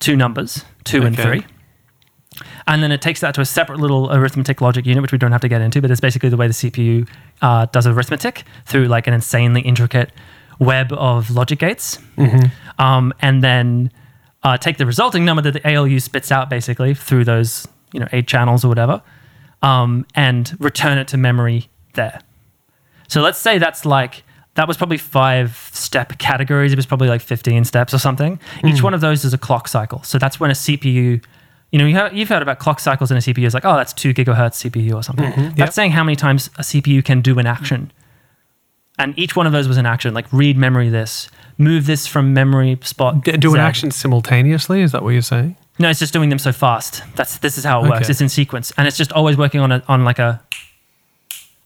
Two numbers, two and Okay. three. And then it takes that to a separate little arithmetic logic unit, which we don't have to get into, but it's basically the way the CPU uh, does arithmetic through like an insanely intricate web of logic gates. Um, and then uh, take the resulting number that the ALU spits out basically through those you know eight channels or whatever, um, and return it to memory there. So let's say that's like that was probably five step categories. It was probably like fifteen steps or something. Each Hmm. one of those is a clock cycle. So that's when a CPU, you know, you have, you've heard about clock cycles in a CPU. It's like oh, that's two gigahertz CPU or something. That's Mm-hmm. Yep. saying how many times a CPU can do an action. And each one of those was an action, like read memory this, move this from memory spot. D- do an Z. action simultaneously? Is that what you're saying? No, it's just doing them so fast. That's this is how it works. Okay. It's in sequence, and it's just always working on a on like a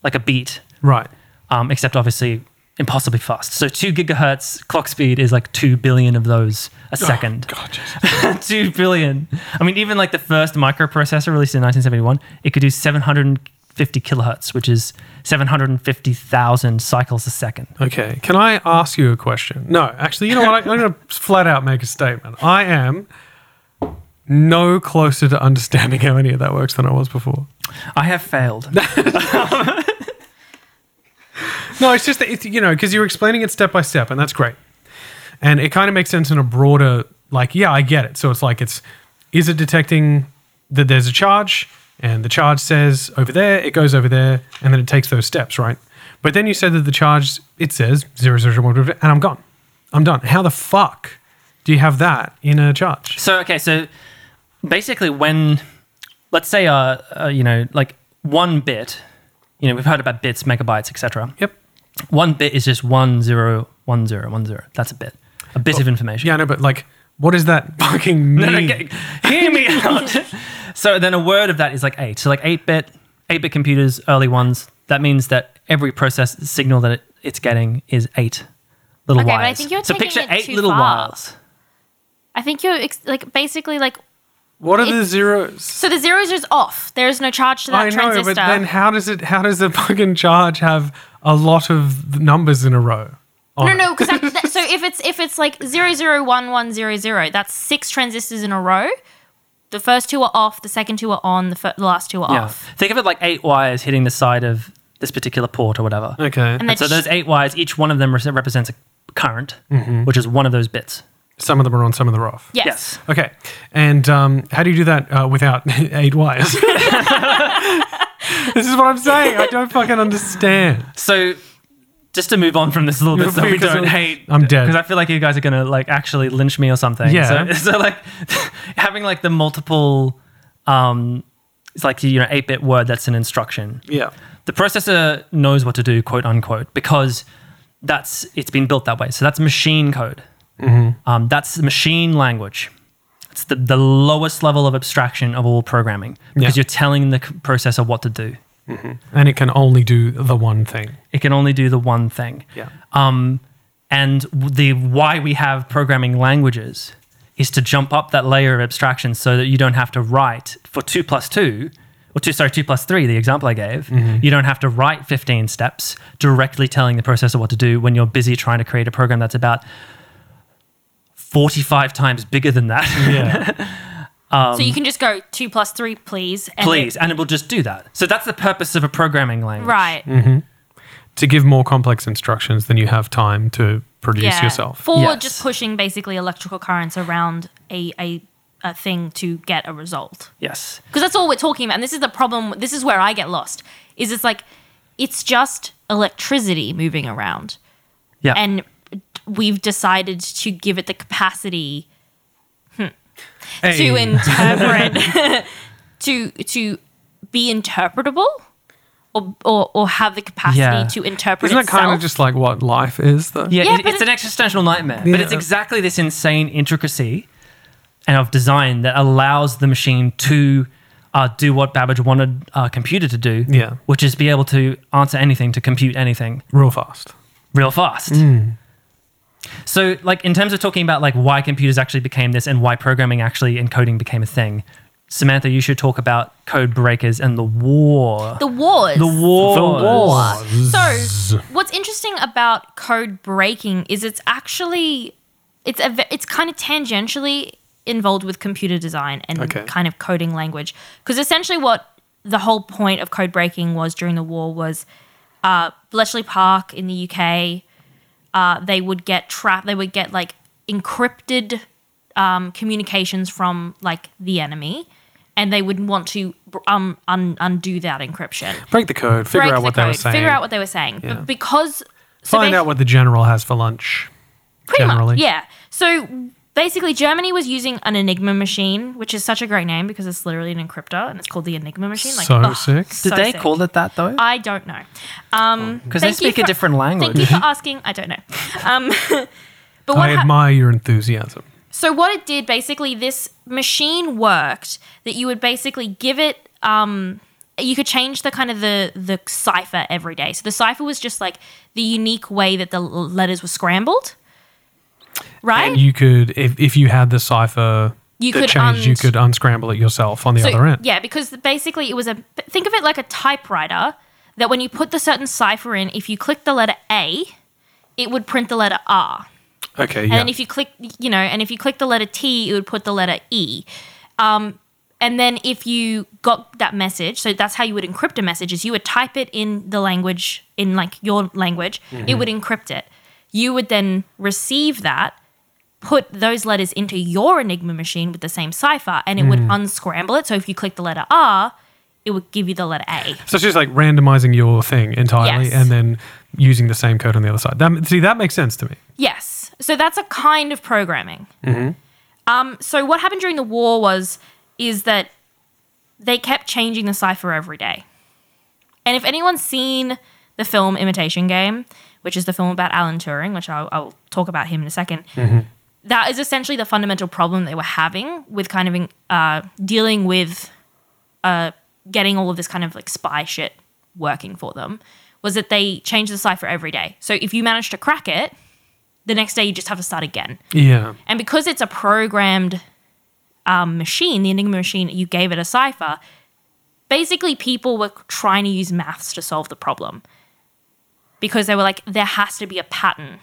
like a beat, Right. um, except obviously impossibly fast. So two gigahertz clock speed is like two billion of those a second. Oh, God, Jesus. two billion. I mean, even like the first microprocessor released in 1971, it could do 750 kilohertz, which is 750,000 cycles a second. Okay. Can I ask you a question? No, actually, you know what? I, I'm going to flat out make a statement. I am no closer to understanding how any of that works than I was before. I have failed. No, it's just that it's you know because you're explaining it step by step, and that's great, and it kind of makes sense in a broader like yeah, I get it. So it's like it's is it detecting that there's a charge, and the charge says over there, it goes over there, and then it takes those steps, right? But then you said that the charge it says zero zero zero one, and I'm gone, I'm done. How the fuck do you have that in a charge? So okay, so basically, when let's say uh, uh you know like one bit, you know we've heard about bits, megabytes, etc. Yep. One bit is just one zero one zero one zero. That's a bit, a bit of information. Yeah, Mm. no, but like, what is that fucking mean? No, no, get- hear me out. so then a word of that is like eight. So like eight bit, eight bit computers, early ones. That means that every process signal that it, it's getting is eight little Okay, but wires. I think you're so taking picture it eight too little far. wires. I think you're ex- like basically like what are the it's- zeros? so the zeros is off. There is no charge to that I know, transistor. but then how does it? How does the fucking charge have a lot of th- numbers in a row? on no, it? no, because so if it's if it's like zero zero one one zero zero, that's six transistors in a row. The first two are off. The second two are on. The, fir- the last two are Yeah. off. Think of it like eight wires hitting the side of this particular port or whatever. Okay. And then So those eight wires, each one of them re- represents a current, Mm-hmm. which is one of those bits. some of them are on, some of them are off. yes. Okay. And um, how do you do that uh, without eight wires? this is what I'm saying. I don't fucking understand. So just to move on from this a little bit, so we Because don't I'm- hate. I'm dead. because I feel like you guys are gonna like actually lynch me or something. Yeah. So, so like having like the multiple, um, it's like you know eight bit word that's an instruction. Yeah. the processor knows what to do, quote unquote, because that's it's been built that way. So that's machine code. Um, that's machine language. It's it's the, the lowest level of abstraction of all programming because Yeah. you're telling the c- processor what to do. and it can only do the one thing. It can only do the one thing. Yeah. Um, and w- the why we have programming languages is to jump up that layer of abstraction so that you don't have to write for two plus two, or two, sorry, two plus three, the example I gave. You don't have to write 15 steps directly telling the processor what to do when you're busy trying to create a program that's about 45 times bigger than that. Yeah. so you can just go two plus three, please. And Please. And it will just do that. So that's the purpose of a programming it- language. right. to give more complex instructions than you have time to produce Yeah. yourself. For Yes. just pushing basically electrical currents around a, a, a thing to get a result. Yes. because that's all we're talking about. And this is the problem. This is where I get lost. Is it's like it's just electricity moving around, Yeah. and we've decided to give it the capacity to Hey. interpret, to to be interpretable, or or, or have the capacity Yeah. to interpret. Isn't that itself. kind of just like what life is, though? Yeah, Yeah, it, but it's an it- existential nightmare. Yeah. But it's exactly this insane intricacy and of design that allows the machine to uh, do what Babbage wanted a computer to do, Yeah. which is be able to answer anything, to compute anything Real fast. real fast. So, like in terms of talking about like why computers actually became this and why programming actually and coding became a thing, Samantha, you should talk about code breakers and the war. the wars? The war. So, what's interesting about code breaking is it's actually it's a, ve- it's kind of tangentially involved with computer design and Okay. kind of coding language because essentially what the whole point of code breaking was during the war was uh, Bletchley Park in the UK. Uh, they would get trapped. They would get like encrypted um, communications from like the enemy, and they would want to um, un- undo that encryption Break the code. Figure break out what they the code, were saying. Figure out what they were saying. Yeah. But because so Find basi- out what the general has for lunch. pretty generally. much yeah. So basically, Germany was using an Enigma machine, which is such a great name because it's literally an encryptor and it's called the Enigma machine. Like, So ugh, sick. Did Did so they sick. call it that though? I don't know. Um, Because they thank you speak a for- different language. Thank you for asking. I don't know. Um, but I what hap- admire your enthusiasm. So what it did basically, this machine worked that you would basically give it. Um, you could change the kind of the the cipher every day. So the cipher was just like the unique way that the l- letters were scrambled, right? And you could, if, if you had the cipher You that could changed, you un- could unscramble it yourself on the So- other end. Yeah, because basically it was a think of it like a typewriter that when you put the certain cipher in, if you click the letter A, it would print the letter R. Okay, And yeah. then if you click, you know, and if you click the letter T, it would put the letter E. Um, and then if you got that message, so that's how you would encrypt a message: is you would type it in the language, in like your language, it would encrypt it. You would then receive that, put those letters into your Enigma machine with the same cipher, and it would unscramble it. So if you click the letter R, it would give you the letter A. so it's just like randomizing your thing entirely Yes. and then using the same code on the other side. That, see, that makes sense to me. Yes. So that's a kind of programming. Um, so what happened during the war was is that they kept changing the cipher every day. And if anyone's seen the film Imitation Game, which is the film about Alan Turing, which I'll, I'll talk about him in a 2nd that is essentially the fundamental problem they were having with kind of uh, dealing with uh, getting all of this kind of like spy shit working for them was that they changed the cipher every day. So if you managed to crack it, the next day you just have to start again. Yeah. And because it's a programmed um, machine, the Enigma machine, you gave it a cipher. Basically, people were trying to use maths to solve the problem because they were like, there has to be a pattern.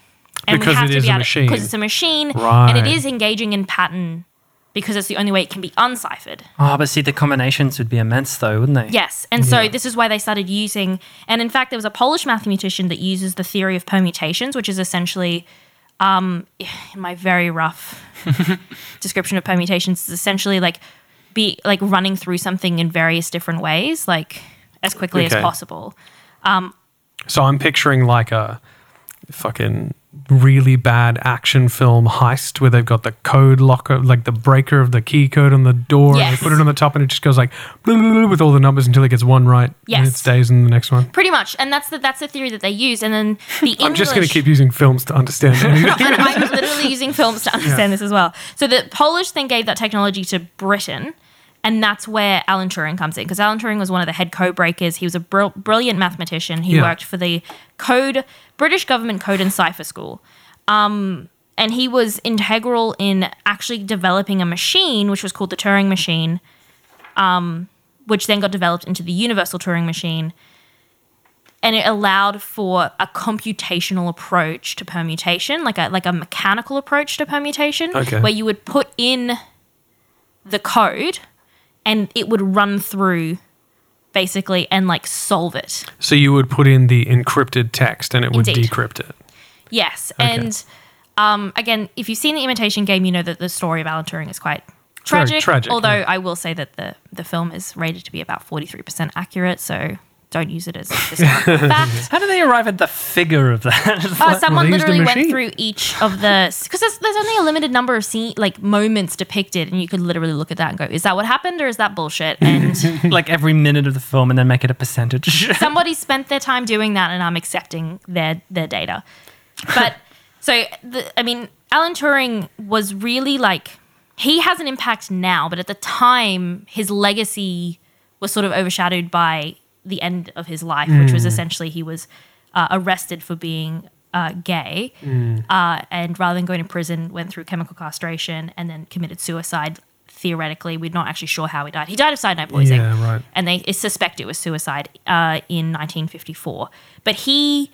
And Because it is a able machine. Because it's a machine. And Right. it is engaging in pattern because it's the only way it can be unciphered. Oh, but see, the combinations would be immense, though, wouldn't they? Yes. And so this is why they started using, and in fact, there was a Polish mathematician that uses the theory of permutations, which is essentially, um, in my very rough description of permutations, is essentially like be like running through something in various different ways, like as quickly Okay. as possible. So I'm picturing like a fucking really bad action film heist where they've got the code locker, like the breaker of the key code on the door, and Yes. they put it on the top, and it just goes like blah, blah, blah, with all the numbers until it gets one right, and it Yes. stays in the next one. Pretty much, and that's the that's the theory that they use. And then the English. I'm just going to keep using films to understand. anything. and I'm literally using films to understand this as well. So the Polish thing gave that technology to Britain, and that's where Alan Turing comes in because Alan Turing was one of the head code breakers. He was a bril- brilliant mathematician. He Yeah. worked for the code British government code and cipher school. Um, and he was integral in actually developing a machine which was called the Turing machine, um, which then got developed into the universal Turing machine and it allowed for a computational approach to permutation, like a like a mechanical approach to permutation, Okay. where you would put in the code and it would run through basically and like solve it. so you would put in the encrypted text, and it would Indeed. decrypt it. Yes, and um, again, if you've seen the Imitation Game, you know that the story of Alan Turing is quite Very tragic. tragic, although yeah. I will say that the the film is rated to be about forty three percent accurate, so don't use it as a historical fact. How do they arrive at the figure of that? Oh, someone they used a literally went machine. through each of the because there's, there's only a limited number of scene like moments depicted, and you could literally look at that and go, "Is that what happened, or is that bullshit?" And like every minute of the film and then make it a percentage. somebody spent their time doing that, and I'm accepting their their data. But so the, I mean, Alan Turing was really like he has an impact now, but at the time, his legacy was sort of overshadowed by the end of his life, which Hmm. was essentially he was uh, arrested for being uh, gay, Hmm. uh, and rather than going to prison, went through chemical castration and then committed suicide. Theoretically, we're not actually sure how he died. He died of cyanide poisoning, Yeah, right. and they suspect it was suicide uh, in 1954. But he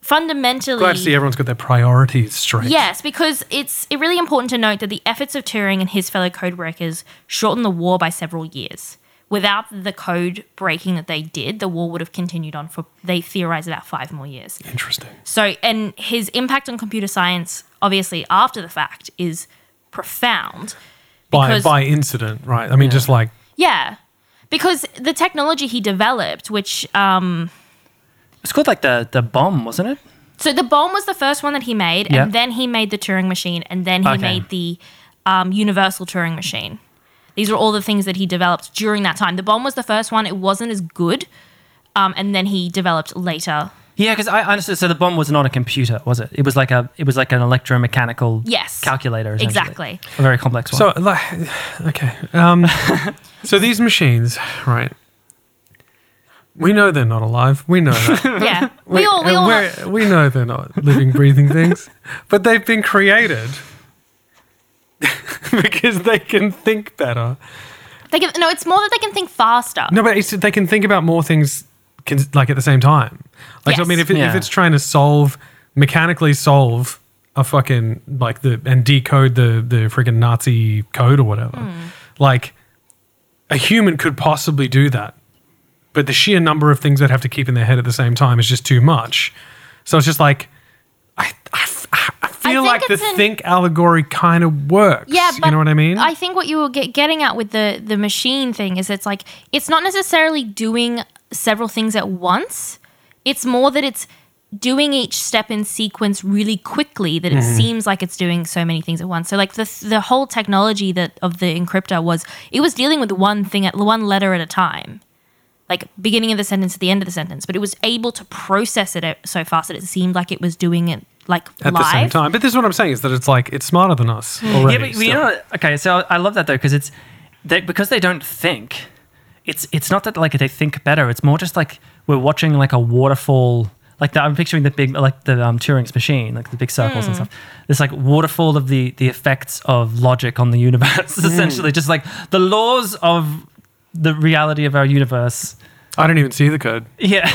fundamentally Glad to see everyone's got their priorities straight. Yes, because it's it really important to note that the efforts of Turing and his fellow code breakers shortened the war by several years. Without the code breaking that they did, the war would have continued on for they theorize about five more years. Interesting. So, and his impact on computer science, obviously after the fact, is profound. By, Because- by incident, right? I mean, just like Yeah, because the technology he developed, which um, it's called like the the bomb, wasn't it? So the bomb was the first one that he made, Yeah. and then he made the Turing machine, and then he Okay. made the um, universal Turing machine. These are all the things that he developed during that time. The bomb was the first one; it wasn't as good, um, and then he developed later. Yeah, because I honestly, so the bomb was not a computer, was it? It was like a, it was like an electromechanical Yes. calculator, essentially. Exactly. a very complex one. So, like, okay. Um, so these machines, right? We know they're not alive. We know that. Yeah, we all we and uh, all know- we're- we know they're not living, breathing things, but they've been created because they can think better. they can, no. It's more that they can think faster. No, but it's, they can think about more things can, like at the same time. Like, so I Yes. mean, if, it, if Yeah. it's trying to solve, mechanically solve a fucking, like, the, and decode the, the freaking Nazi code or whatever, Hmm. like, a human could possibly do that. But the sheer number of things they'd have to keep in their head at the same time is just too much. So it's just like, I, I f- I feel think like the it's an- think allegory kind of works. Yeah, but you know what I mean? I think what you were get, getting at with the the machine thing is it's like it's not necessarily doing several things at once. It's more that it's doing each step in sequence really quickly that it Mm-hmm. seems like it's doing so many things at once. So like the the whole technology that of the encryptor was it was dealing with one thing at one letter at a time. Like beginning of the sentence at the end of the sentence, but it was able to process it at- so fast that it seemed like it was doing it like at live. the same time. But this is what I'm saying is that it's like, it's smarter than us already. yeah, but still. you know, okay. So I love that though, because it's they, because they don't think. It's it's not that like they think better. It's more just like we're watching like a waterfall. Like the, I'm picturing the big like the um, Turing's machine, like the big circles Hmm. and stuff. This like waterfall of the the effects of logic on the universe, Hmm. essentially, just like the laws of the reality of our universe. I don't even see the code. Yeah,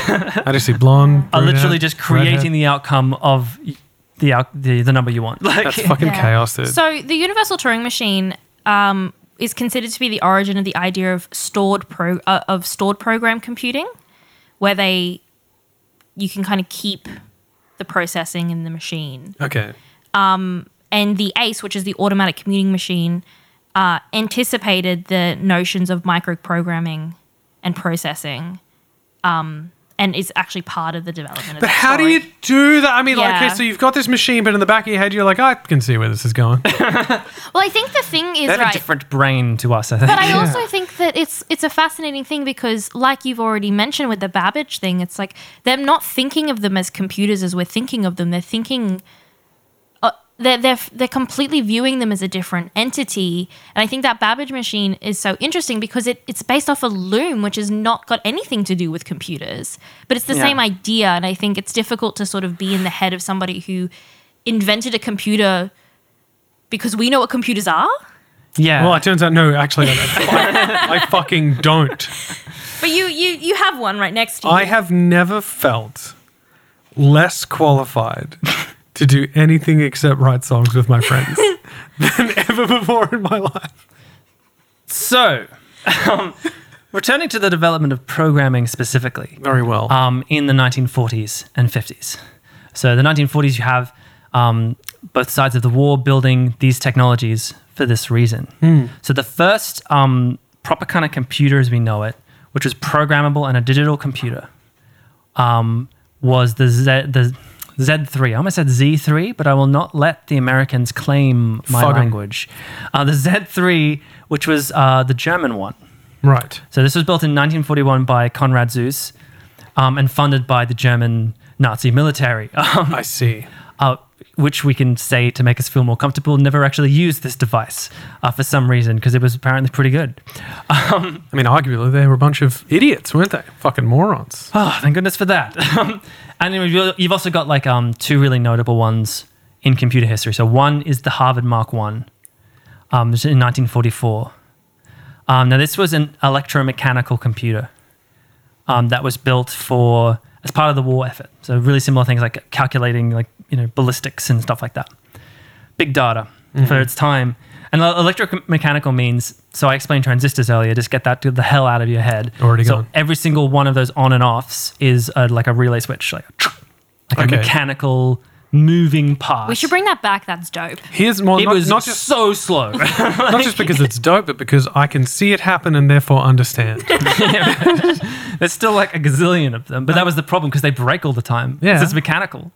I just see blonde. are brunette, literally just creating the outcome of y- the out, the, the number you want. Like redhead. That's fucking Yeah. chaos, dude. So the Universal Turing Machine um, is considered to be the origin of the idea of stored pro uh, of stored program computing, where they you can kind of keep the processing in the machine. okay. And the ACE, which is the automatic commuting machine, uh, anticipated the notions of microprogramming and processing um, and is actually part of the development. Of But that how do story. you do that? I mean, like, Yeah. okay, so you've got this machine, but in the back of your head, you're like, I can see where this is going. Well, I think the thing is They have a right. different brain to us, I think. But I also think that it's it's a fascinating thing because, like you've already mentioned with the Babbage thing, it's like they're not thinking of them as computers as we're thinking of them. They're thinking, uh, they're they're they're completely viewing them as a different entity. And I think that Babbage machine is so interesting because it it's based off a loom, which has not got anything to do with computers, but it's the Yeah. same idea. And I think it's difficult to sort of be in the head of somebody who invented a computer because we know what computers are. yeah. well, it turns out, no, actually, I, don't. I fucking don't. But you you you have one right next to you. I have never felt less qualified to do anything except write songs with my friends than ever before in my life. so, um, returning to the development of programming specifically. Very well. um, in the 1940s and 50s. So the 1940s, you have um, both sides of the war building these technologies for this reason. So the first um, proper kind of computer as we know it, which was programmable and a digital computer, um, was the Z the Z3. I almost said Z3, but I will not let the Americans claim my Fuck 'em. language. Uh, the Z3, which was uh, the German one. right. So this was built in 1941 by Konrad Zuse um, and funded by the German Nazi military, um, I see. uh, which we can say to make us feel more comfortable. Never actually used this device uh, for some reason because it was apparently pretty good. I mean, arguably, they were a bunch of idiots, weren't they? Fucking morons. Oh, thank goodness for that. and you- you've also got like um, two really notable ones in computer history. So one is the Harvard Mark One, um, which is in 1944. Um, now this was an electromechanical computer um, that was built for as part of the war effort. So really similar things like calculating like you know ballistics and stuff like that. Big data Mm-hmm. for its time. And el- electromechanical means so I explained transistors earlier. Just get that to the hell out of your head. Already so gone. Every single one of those on and offs is uh like a relay switch, like, like Okay. a mechanical moving part. We should bring that back. That's dope. Here's more. It not, was not just so slow. not just because it's dope, but because I can see it happen and therefore understand. There's still like a gazillion of them, but that was the problem because they break all the time. 'cause Yeah. it's mechanical.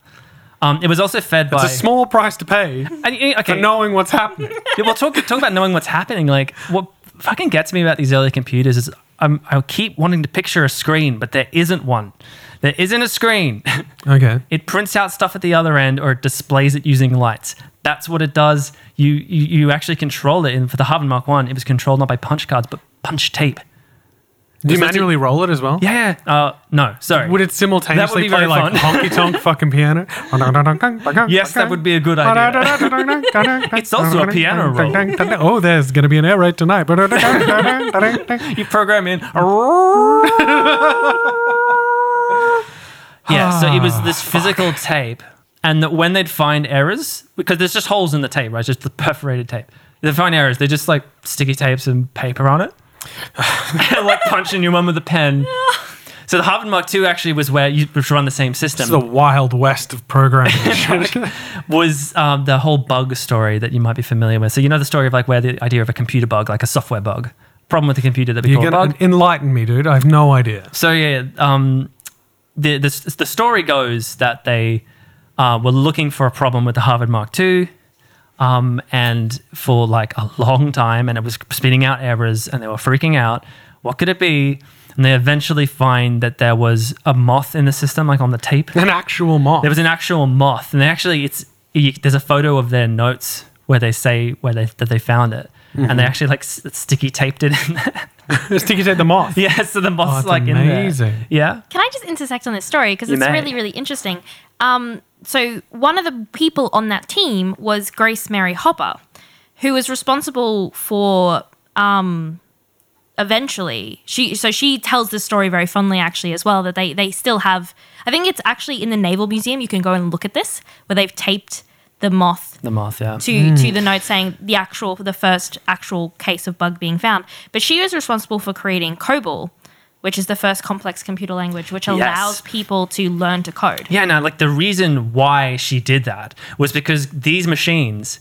Um, it was also fed It's by a small price to pay And, uh, for okay, knowing what's happening. yeah, well, talk talk about knowing what's happening. Like, what fucking gets me about these early computers is I'm, I keep wanting to picture a screen, but there isn't one. There isn't a screen. Okay. It prints out stuff at the other end, or it displays it using lights. That's what it does. You you, you actually control it. And for the Harvard Mark One, it was controlled not by punch cards but punch tape. Do Was you that manually roll it as well? Yeah. Uh, no, sorry. Would it That would simultaneously be play very like honky tonk fucking piano? Yes, that would be a good idea. it's also a piano roll. Oh, there's going to be an air raid tonight. you program in. yeah, so it was this physical tape, and that when they'd find errors, because there's just holes in the tape, right? Just the perforated tape. They find errors. They just like sticky tapes and paper on it, and like punching your mum with a pen. So the Harvard Mark II actually was where you which run the same It's the system wild west of programming. was um, the whole bug story that you might be familiar with. So you know the story of like where the idea of a computer bug, like a software bug, problem with the computer that we You're call a going bug. to enlighten me, dude. I have no idea. So yeah, um, the, the the story goes that they uh, were looking for a problem with the Harvard Mark II, um, and for like a long time, and it was spitting out errors, and they were freaking out. What could it be? And they eventually find that there was a moth in the system, like on the tape. An actual moth. There was an actual moth, and they actually, it's you, there's a photo of their notes where they say where they that they found it, Mm-hmm. and they actually like s- sticky taped it in there. Sticky tape the moth. yeah, so the moth's Oh, that's like in amazing. there. Yeah. Can I just intersect on this story because You it's may. really really interesting? Um, so one of the people on that team was Grace Mary Hopper, who was responsible for um, eventually she so she tells this story very fondly actually as well that they they still have I think it's actually in the Naval Museum you can go and look at this where they've taped the moth The moth, yeah. to to the note saying the actual the first actual case of bug being found. But she was responsible for creating COBOL, which is the first complex computer language which allows people to learn to code. Yeah, no, like the reason why she did that was because these machines,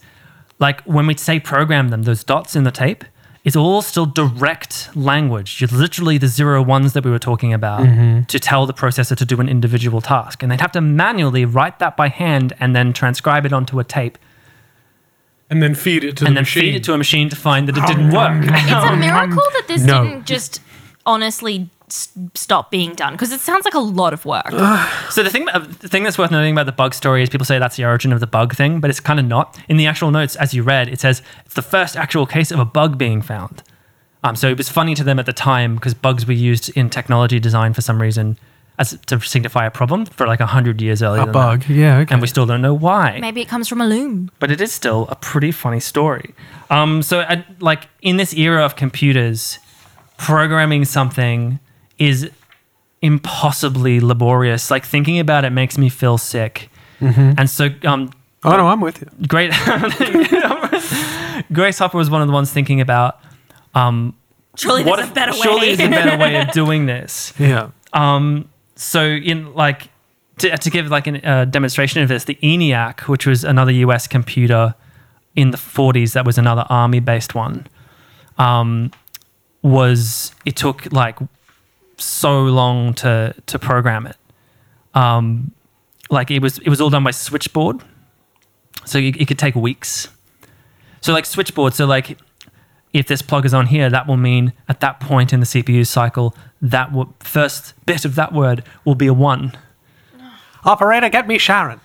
like when we say program them, those dots in the tape, it's all still direct language. You're literally the zero ones that we were talking about to tell the processor to do an individual task. And they'd have to manually write that by hand and then transcribe it onto a tape and then feed it to and the then machine. feed it to a machine to find that it didn't work. It's a miracle that this No. didn't just honestly s- stop being done because it sounds like a lot of work. So the thing, uh, the thing that's worth noting about the bug story is people say that's the origin of the bug thing, but it's kind of not. In the actual notes, as you read, it says it's the first actual case of a bug being found. Um, so it was funny to them at the time because bugs were used in technology design for some reason as to signify a problem for like hundred years earlier. a than that. bug. Yeah, okay. and we still don't know why Maybe it comes from a loom. but it is still a pretty funny story. Um, so, I, like in this era of computers, programming something is impossibly laborious. Like thinking about it makes me feel sick. And so, um, oh no, I'm with you. great Grace Hopper was one of the ones thinking about Surely what there's if- a better Surely way. there's a better way of doing this. Yeah. so in like to, to give like a uh, demonstration of this the eniac which was another us computer in the 40s that was another army based one um, was it took like so long to to program it um, like it was it was all done by switchboard so it, it could take weeks so like switchboard so like if this plug is on here, that will mean at that point in the CPU cycle, that w- first bit of that word will be a one. Operator, get me Sharon.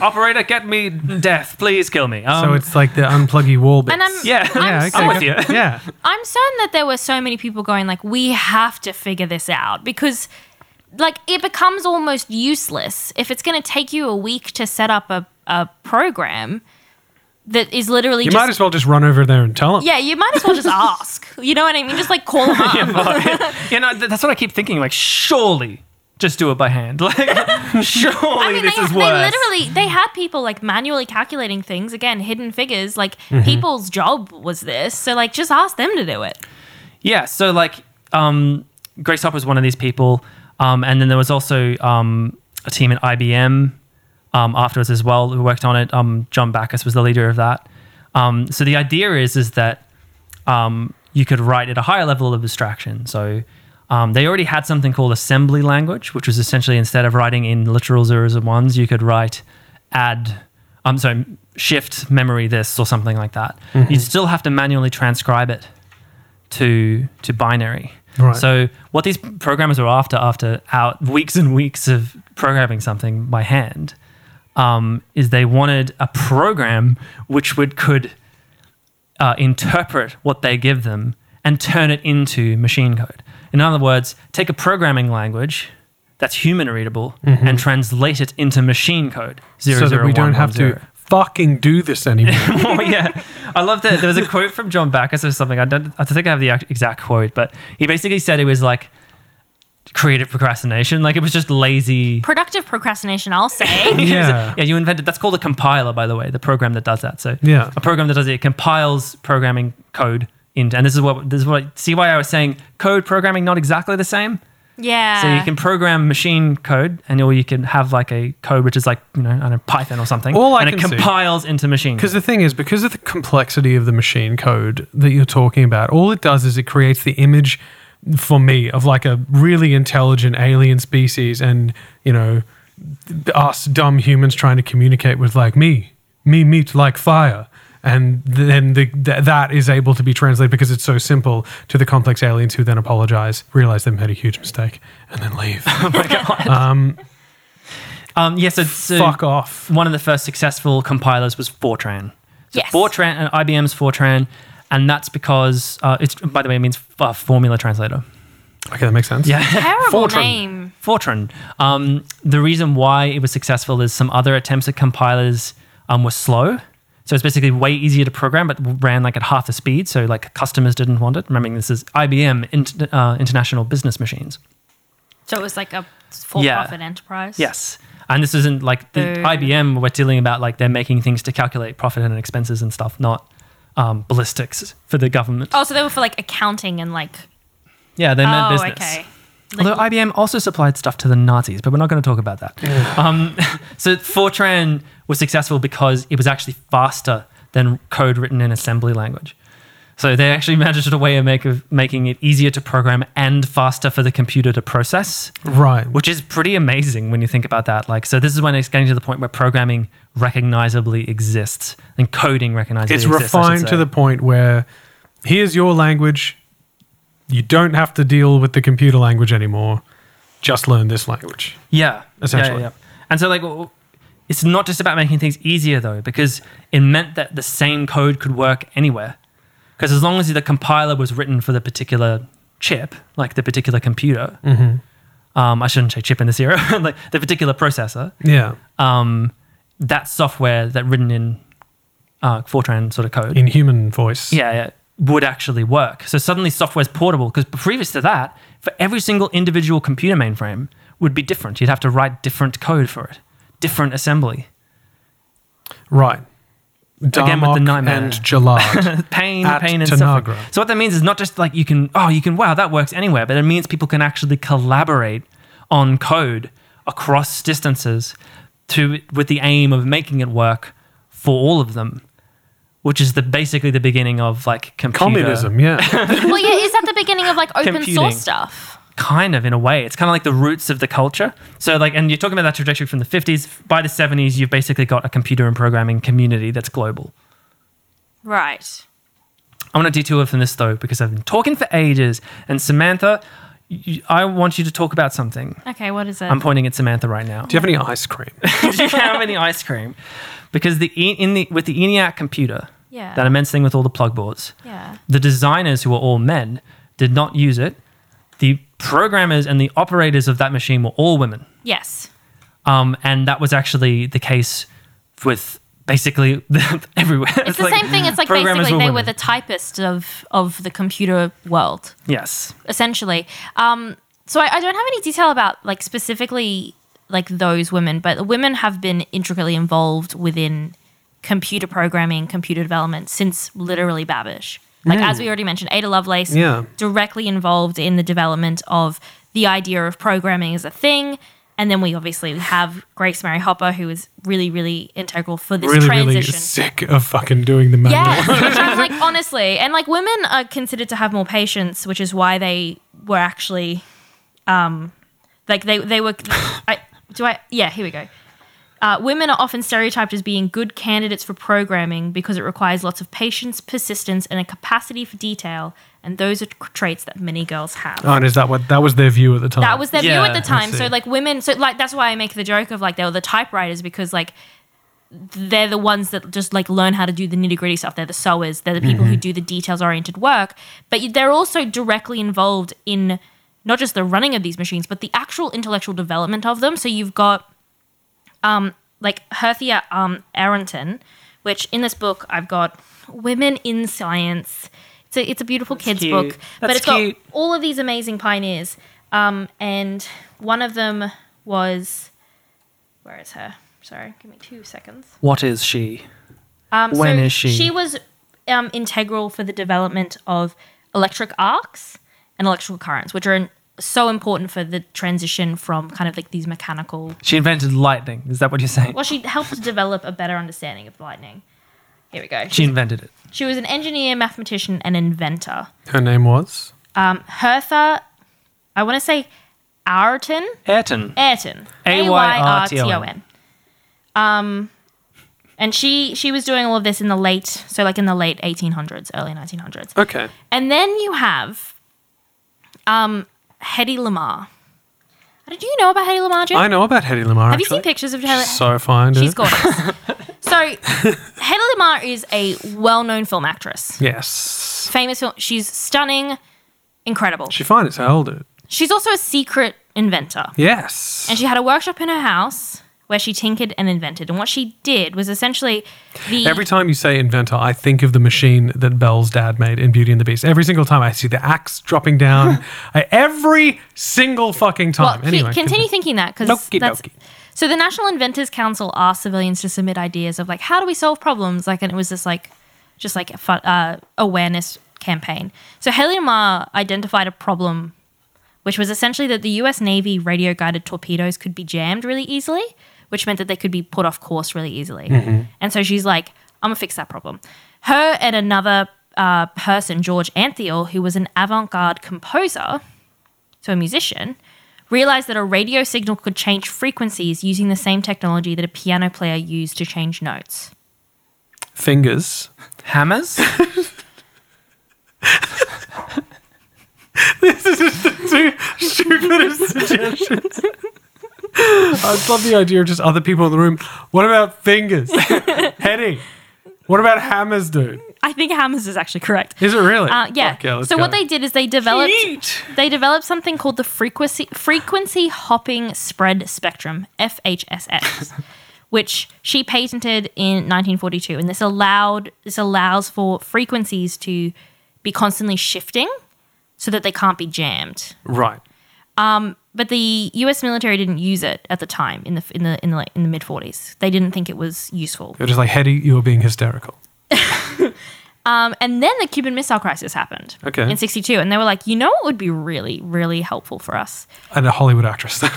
Operator, get me death. Please kill me. Um, so it's like the unpluggy wall bits. And I'm, yeah, I'm yeah, okay. I'm so with you. yeah. I'm certain that there were so many people going like, we have to figure this out because like it becomes almost useless if it's going to take you a week to set up a, a program that is literally You just might as well just run over there and tell him. yeah, you might as well just ask. You know what I mean? Just like call them up. you know, th- that's what I keep thinking. Like, surely just do it by hand. Like, surely I mean, this they, is they worse. literally they had people like manually calculating things again, hidden figures. Like Mm-hmm. people's job was this, so like just ask them to do it. yeah. So like, um, Grace Hopper was one of these people, um, and then there was also um, a team at IBM um, afterwards as well who worked on it. Um, John Backus was the leader of that. Um, so the idea is is that um, you could write at a higher level of abstraction. So um, they already had something called assembly language, which was essentially instead of writing in literal zeros and ones, you could write add, I'm sorry, shift memory this or something like that. You'd still have to manually transcribe it to to binary. Right. So what these programmers were after after out weeks and weeks of programming something by hand um, is they wanted a program which would could uh, interpret what they give them and turn it into machine code. In other words, take a programming language that's human readable and translate it into machine code. Zero, Mm-hmm. so that we don't have to fucking do this anymore. oh yeah, I love that. There was a quote from John Backus or something. I don't. I don't think I have the ac- exact quote, but he basically said it was like creative procrastination. Like it was just lazy. Productive procrastination, I'll say. yeah. Yeah, you invented. That's called a compiler, by the way, the program that does that. So Yeah. a program that does it, it compiles programming code into. And this is what this is what. See why I was saying code programming not exactly the same. yeah. So you can program machine code, and or you can have like a code which is like you know, I don't know Python or something, All I and can it see- compiles into machine. Because the thing is, because of the complexity of the machine code that you're talking about, all it does is it creates the image for me of like a really intelligent alien species and, you know, us dumb humans trying to communicate with like me, me meet like fire. And then the, th- that is able to be translated because it's so simple to the complex aliens who then apologize, realize they've made a huge mistake, and then leave. Um, yeah, so, so Fuck off. one of the first successful compilers was Fortran. So Yes. Fortran uh, and IBM's Fortran, and that's because uh, it's by the way it means f- uh, formula translator. Okay, that makes sense. Yeah, Terrible Fortran. name. Fortran. Um, the reason why it was successful is some other attempts at compilers um, were slow. So it's basically way easier to program, but ran like at half the speed. So like customers didn't want it. Remembering this is IBM, Int- uh, International Business Machines. So it was like a for-profit enterprise. Yes. And this isn't like the Boo. IBM we're dealing about like they're making things to calculate profit and expenses and stuff, not um, ballistics for the government. Oh, so they were for like accounting and like. Yeah, they meant oh, business. okay. Like, Although IBM also supplied stuff to the Nazis, but we're not going to talk about that. Um, so Fortran was successful because it was actually faster than code written in assembly language. So they actually managed a way of, make of making it easier to program and faster for the computer to process, Right. which is pretty amazing when you think about that. Like, so this is when it's getting to the point where programming recognizably exists and coding recognizably it's exists. I should refined to say. the point where here's your language. You don't have to deal with the computer language anymore. Just learn this language. Yeah, yeah, Essentially. Yeah, And so, like, w- it's not just about making things easier though, because it meant that the same code could work anywhere. Because as long as the compiler was written for the particular chip, like the particular computer, um, I shouldn't say chip in this era, like the particular processor, Yeah. Uh, um, that software that written in uh, Fortran sort of code, In human voice. yeah, yeah, would actually work. So suddenly software's portable because previous to that, for every single individual computer mainframe would be different. You'd have to write different code for it, different assembly. Right. Again with the Darmok nightmare. And Gillard. pain, At pain, and Tanagra. suffering. So what that means is not just like you can, oh, you can, wow, that works anywhere, but it means people can actually collaborate on code across distances to with the aim of making it work for all of them, which is the basically the beginning of like computer Communism, yeah. well, yeah, is that the beginning of like open Computing. source stuff? kind of in a way it's kind of like the roots of the culture so like and you're talking about that trajectory from the 50s by the 70s you've basically got a computer and programming community that's global Right. i want to detour from this though because i've been talking for ages and samantha you, i want you to talk about something Okay, what is it? i'm pointing at samantha right now Do you have any ice cream? do you have any ice cream because the E- in the with the eniac computer Yeah. that immense thing with all the plug boards yeah. the designers who were all men did not use it the programmers and the operators of that machine were all women Yes. Um, and that was actually the case with basically everywhere. It's, the same thing. It's like programmers basically they were women. the typists of of the computer world. yes. essentially. Um, so I, I don't have any detail about like specifically like those women, but women have been intricately involved within computer programming, computer development since literally Babish. Like as we already mentioned, Ada Lovelace Yeah. directly involved in the development of the idea of programming as a thing. And then we obviously have Grace Mary Hopper, who is really, really integral for this really, transition. really sick of fucking doing the manual. Yes, which I'm like honestly, and like women are considered to have more patience, which is why they were actually, um, like they they were. I do I yeah. Here we go. Uh, women are often stereotyped as being good candidates for programming because it requires lots of patience, persistence, and a capacity for detail, and those are traits that many girls have. Oh, and is that what that was their view at the time? That was their Yeah, view at I the time. see. So like women, so like that's why I make the joke of like they were the typewriters because like they're the ones that just like learn how to do the nitty gritty stuff. They're the sewers. They're the people Mm-hmm. who do the details oriented work. But y- they're also directly involved in not just the running of these machines, but the actual intellectual development of them. So you've got like Herthia um, Arenton, which in this book I've got Women in Science. It's a, it's a beautiful kids cute. book, but That's it's cute. got all of these amazing pioneers. Um, and one of them was where is her? Sorry, give me two seconds. What is she? Um, When so is she? She was um, integral for the development of electric arcs and electrical currents, which are in- so important for the transition from kind of like these mechanical She invented lightning. Is that what you're saying? well, she helped develop a better understanding of lightning. Here we go. She invented it. She was an engineer, mathematician, and inventor. her name was. Um, Hertha, I want to say Ayrton. Ayrton. Ayrton. A Y R T O N. Um, and she she was doing all of this in the late, so like in the late 1800s, early 1900s. Okay. And then you have um, Hedy Lamarr. Did you know about Hedy Lamarr, Jim? I know about Hedy Lamarr. Have you seen actually. pictures of Hedy? She's so fine. She's She's got. gorgeous. so, Hedy Lamarr is a well-known film actress. Yes. Famous film. She's stunning, incredible. She fine as hell, dude. She's also a secret inventor. Yes. And she had a workshop in her house where she tinkered and invented. And what she did was essentially the Every time you say inventor, I think of the machine that Belle's dad made in Beauty and the Beast. Every single time I see the axe dropping down. I- every single fucking well, time. he- anyway. continue thinking that because Okie that's dokie. so. The National Inventors Council asked civilians to submit ideas of like how do we solve problems, like, and it was this like just like a fun, uh, awareness campaign. So Haley Ma identified a problem, which was essentially that the U.S. Navy radio guided torpedoes could be jammed really easily, which meant that they could be Mm-hmm. put off course really easily. And so she's like, I'm gonna fix that problem. Her and another uh, person, George Anthiel, who was an avant garde composer, so a musician, realized that a radio signal could change frequencies using the same technology that a piano player used to change notes. Fingers. Hammers? Two stupidest suggestions. I just love the idea of just other people in the room. What about fingers? Heading. What about hammers, dude? I think Hammers is actually correct. Is it really? Uh, yeah. Fuck yeah let's so what go. they did is they developed Yeet. they developed something called the frequency frequency hopping spread spectrum FHSS, which she patented in 1942, and this allowed this allows for frequencies to be constantly shifting, so that they can't be jammed. Right. But the U.S. military didn't use it at the time in the in the in the, in the mid 40s. They didn't think it was useful. They're just like, Hetty, you are being hysterical. Um, and then the Cuban Missile Crisis happened Okay. in 62. And they were like, you know what would be really, really helpful for us? And a Hollywood actress. no,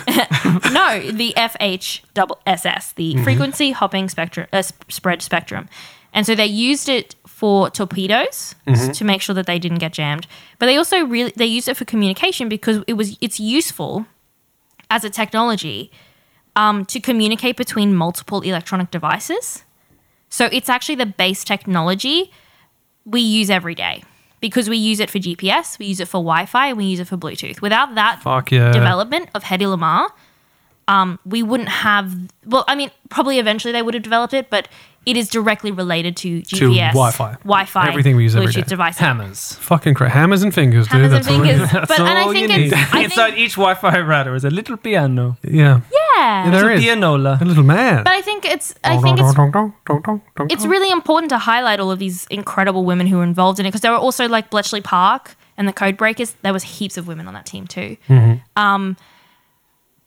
the FHSS, the frequency hopping spectrum, uh, sp- spread spectrum. And so they used it for torpedoes s- to make sure that they didn't get jammed. But they also really, they used it for communication because it was, it's useful as a technology um, to communicate between multiple electronic devices. So it's actually the base technology we use every day because we use it for GPS, we use it for Wi Fi, we use it for Bluetooth. Without that Fuck yeah. development of Hedy Lamar, um, we wouldn't have, well, I mean, probably eventually they would have developed it, but it is directly related to GPS, Wi-Fi. Wi Fi, Everything we use Bluetooth every day. devices. Hammers. Fucking cra Hammers and fingers, dude. That's Hammers and all it fingers, is. but That's and I all think you need. it's, I Inside think, each Wi-Fi router is a little piano. Yeah. yeah, There It's is. a pianola. A little man. but I think it's, Oh, I think it's it's Oh. really important to highlight all of these incredible women who were involved in it because there were also like Bletchley Park and the Code Breakers. There was heaps of women on that team too, um, Mm-hmm.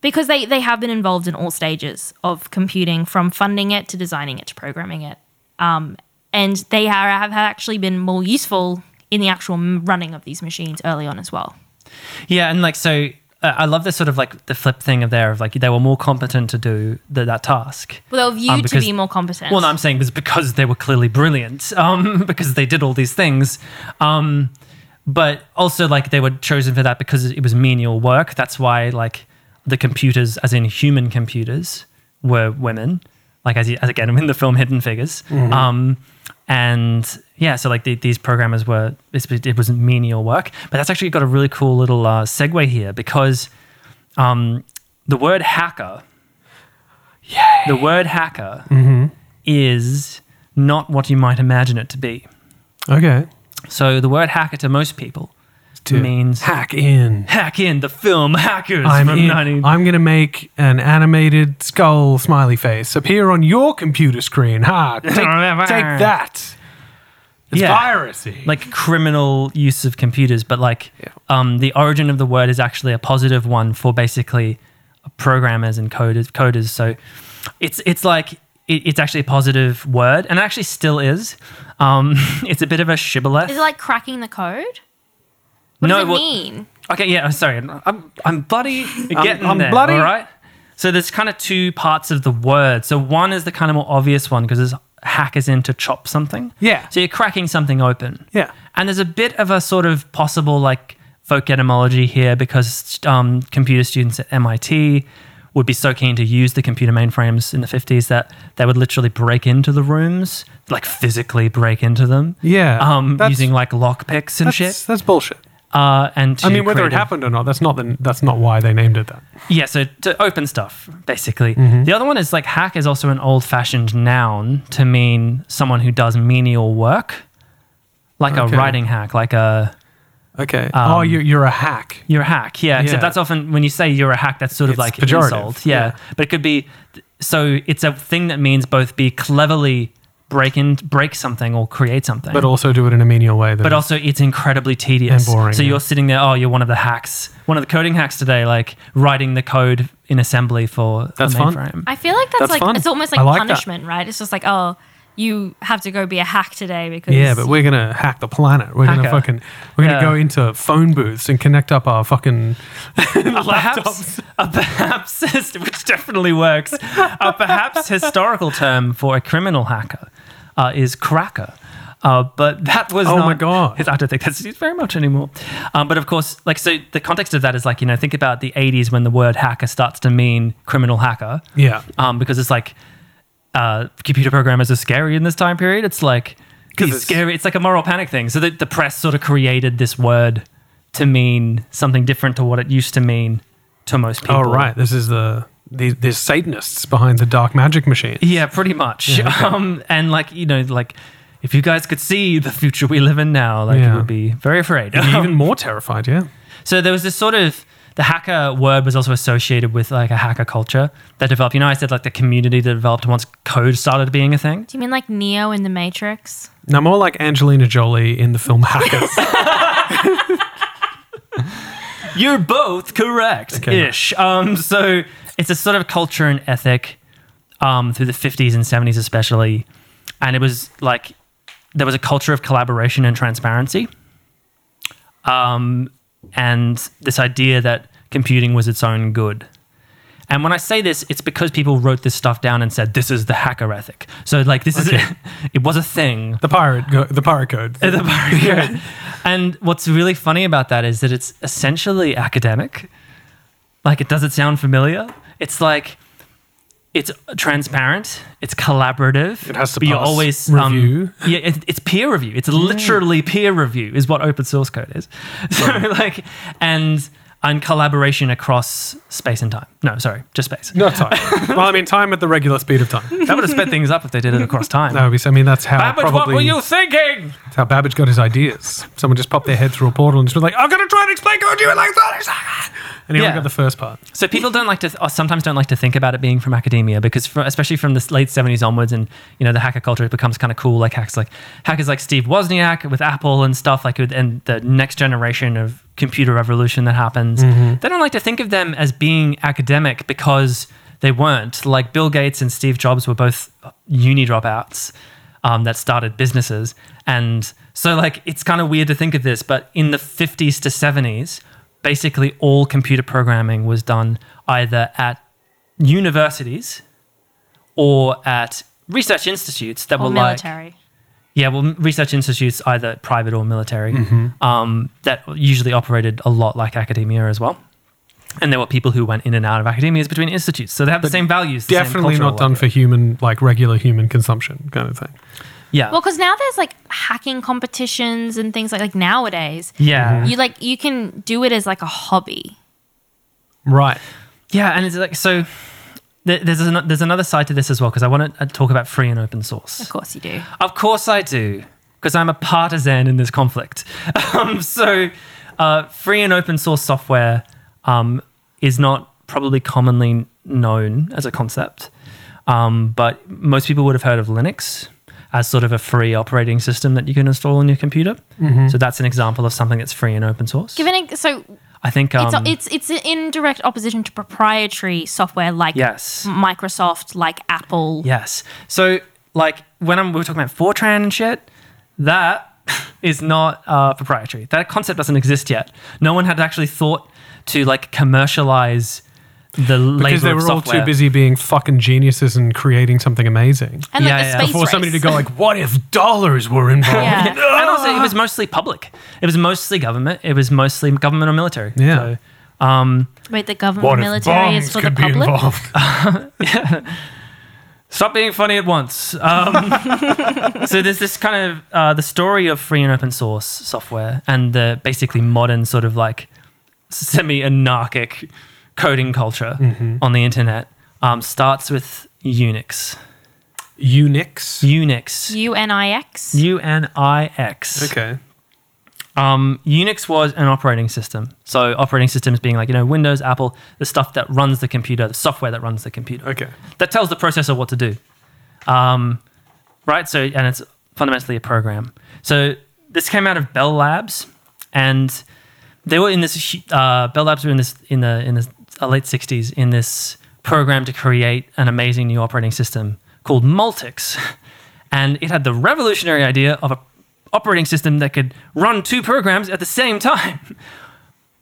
because they they have been involved in all stages of computing, from funding it to designing it to programming it, um, and they are, have actually been more useful in the actual m- running of these machines early on as well. Yeah, and like so, uh, I love this sort of like the flip thing of there of like they were more competent to do the, that task. Well, they were viewed Um, to because- be more competent. Well, no, I'm saying was because they were clearly brilliant, um, because they did all these things. Um, but also, like, they were chosen for that because it was menial work. That's why, like, the computers, as in human computers, were women. Like, as, you- as again, in the film Hidden Figures. Um, and yeah, so like the, these programmers were, it's- it was menial work. But that's actually got a really cool little uh, segue here because um, the word hacker, the word hacker is not what you might imagine it to be. okay. So the word hacker to most people To means hack in. hack in the film Hackers I'm, from in- 19. I'm going to make an animated skull smiley face appear on your computer screen. Ha! Take, take that. It's Yeah. piracy. like criminal use of computers, but like Yeah. um, the origin of the word is actually a positive one for basically programmers and coders. Coders, so it's it's like it, it's actually a positive word, and it actually still is. Um, it's a bit of a shibboleth. is it like cracking the code? What does it well- mean? Okay, yeah, I'm sorry. I'm, I'm bloody getting I'm there, bloody- all right? So there's kind of two parts of the word. So one is the kind of more obvious one because it's hackers in to chop something. Yeah. So you're cracking something open. yeah. And there's a bit of a sort of possible like folk etymology here because um, computer students at MIT would be so keen to use the computer mainframes in the 50s that they would literally break into the rooms, like physically break into them. Yeah, Um, that's- using like lockpicks and That's, shit. that's bullshit. Uh, and I to mean, whether it create a- happened or not, that's not the, that's not why they named it that. Yeah, so to open stuff, basically. Mm-hmm. The other one is like hack is also an old fashioned noun to mean someone who does menial work, like Okay. a writing hack, like a. Okay. Um, oh, you, you're a hack. You're a hack, yeah. Yeah. Except that's often when you say you're a hack, that's sort of It's like pejorative, insult, yeah. yeah. But it could be, so it's a thing that means both be cleverly break in, break something or create something, But also do it in a menial way. That but also it's incredibly tedious And boring, So yeah. you're sitting there, oh, you're one of the hacks, one of the coding hacks today, like writing the code in assembly for That's a fun. mainframe. I feel like that's, That's like fun. it's almost I like, like that. punishment, right? It's just like, oh, you have to go be a hack today because yeah, but we're gonna hack the planet. We're gonna Hacker. fucking we're gonna Yeah. go into phone booths and connect up our fucking A perhaps, a perhaps, which definitely works. A perhaps historical term for a criminal hacker uh, is cracker. Uh, but that was Oh not- my God. I don't think that's used very much anymore. Um, but of course, like so, the context of that is like you know think about the '80s when the word hacker starts to mean criminal hacker Yeah. um, because it's like uh, computer programmers are scary in this time period. It's like it's 'Cause it's- scary. It's like a moral panic thing. So the, the press sort of created this word to mean something different to what it used to mean to most people. Oh, right. This is the, the there's Satanists behind the dark magic machine. Yeah, pretty much. um, and like you know, like if you guys could see the future we live in now, like Yeah. you would be very afraid. Even more terrified, yeah. So there was this sort of the hacker word was also associated with like a hacker culture that developed. You know, I said like the community that developed once code started being a thing. Do you mean like Neo in the Matrix? Now, more like Angelina Jolie in the film Hackers. You're both correct ish. Um, so it's a sort of culture and ethic um, through the 50s and 70s, especially. And it was like there was a culture of collaboration and transparency. Um, and this idea that computing was its own good. And when I say this, it's because people wrote this stuff down and said, this is the hacker ethic. So, like, this is it was a thing. the pirate, go- the pirate code. At the bar, yeah. And what's really funny about that is that it's essentially academic. Like, it does it sound familiar? It's like it's transparent. It's collaborative. It has to but you're pass always review. Um, yeah, it, it's peer review. It's literally peer review is what open source code is. So like, and and collaboration across space and time. No, sorry, just space. No time. well, I mean, time at the regular speed of time. That would have sped things up if they did it across time. That would be, I mean, that's how Babbage, what probably were you thinking? that's how Babbage got his ideas. Someone just popped their head through a portal and just was like, "I'm gonna try and explain code to you in like 30 seconds," and he only Yeah. got the first part. So people don't like to, or sometimes don't like to think about it being from academia because, fr especially from the late seventies onwards, and you know the hacker culture it becomes kind of cool. Like hacks, like hackers like Steve Wozniak with Apple and stuff, like with- and the next generation of computer revolution that happens. They don't like to think of them as being academic because they weren't. Like Bill Gates and Steve Jobs were both uh, uni dropouts um, that started businesses, and so like it's kind of weird to think of this, but in the fifties to seventies basically all computer programming was done either at universities or at research institutes that Or were like military? yeah well research institutes either private or military Mm-hmm. um, that usually operated a lot like academia as well and there were people who went in and out of academia between institutes so they have the same values the same Definitely cultural not done worldview. for human, like regular human consumption kind of thing. yeah Well, because now there's like hacking competitions and things like like nowadays. yeah Mm-hmm. You like you can do it as like a hobby. Right. Yeah, and it's like so. there- There's an, there's another side to this as well because I want to talk about free and open Of source. course you do. Of course I do because I'm a partisan in this conflict. Um, so uh, free and open source software um, is not probably commonly known as a concept, um, but most people would have heard of Linux as sort of a free operating system that you can install on your computer. So that's an example of something that's free and open source. Given it, so I think um, it's it's it's in direct opposition to proprietary software like yes. Microsoft, like Apple. Yes. So, like, when I'm, we were talking about Fortran and shit, that is not uh, proprietary. That concept doesn't exist yet. No one had actually thought to, like, commercialize the Because labor they of were software. all too busy being fucking geniuses and creating something amazing. And like Yeah, the yeah. space For race. somebody to go like, "What if dollars were involved?" Yeah. and also, it was mostly public. It was mostly government. It was mostly government or military. Yeah. So, um, Wait, the government military is for the public. Stop being funny at once. Um, so there's this kind of uh, the story of free and open source software and the basically modern sort of like semi-anarchic coding culture on the internet um, starts with Unix. Unix. Unix. UNIX. U N I X. Okay. Um, Unix was an operating system. So operating systems being like you know Windows, Apple, the stuff that runs the computer, the software that runs the computer. Okay. that tells the processor what to do. Um, right? So, and it's fundamentally a program. So, this came out of Bell Labs, and they were in this. hu- Uh, Bell Labs were in this in the in the uh, late '60s in this program to create an amazing new operating system called Multics, and it had the revolutionary idea of a operating system that could run two programs at the same time. Oh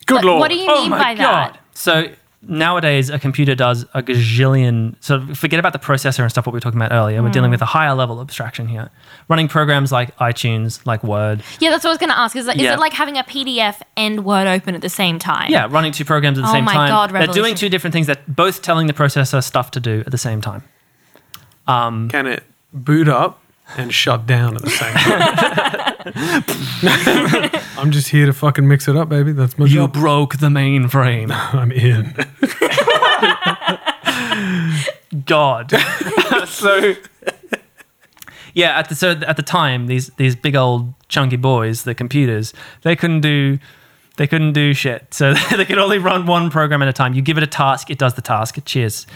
Good But lord. what do you mean by that? So nowadays a computer does a gazillion. So forget about the processor and stuff. What we were talking about earlier. We're dealing with a higher level of abstraction here. Running programs like iTunes, like Word. Yeah, that's what I was going to ask. Is, is Yeah. it like having a PDF and Word open at the same time? Yeah, running two programs at the Oh same my time. God, They're doing revolution. two different things. That both telling the processor stuff to do at the same time. Can it boot up and shut down at the same time? I'm just here to fucking mix it up, baby. That's my job. broke the mainframe. I'm in. God. so yeah, at the so at the time, these these big old chunky boys, the computers, they couldn't do they couldn't do shit. So they could only run one program at a time. You give it a task, it does the task. Cheers.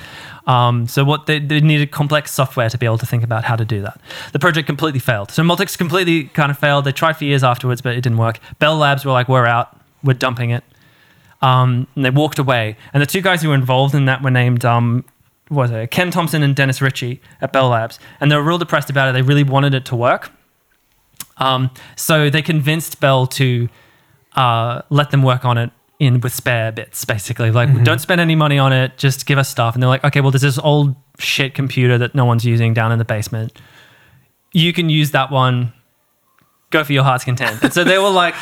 Um, so what they, they needed complex software to be able to think about how to do that. The project completely failed. So Multics completely kind of failed. They tried for years afterwards, but it didn't work. Bell Labs were like, we're out. We're dumping it. um, and they walked away. And the two guys who were involved in that were named um, what was it Ken Thompson and Dennis Ritchie at Bell Labs, and they were real depressed about it. They really wanted it to work, um, so they convinced Bell to uh, let them work on it in with spare bits, basically. Like, don't spend any money on it. Just give us stuff. And they're like, okay, well, there's this old shit computer that no one's using down in the basement. You can use that one. Go for your heart's content. And so they were like,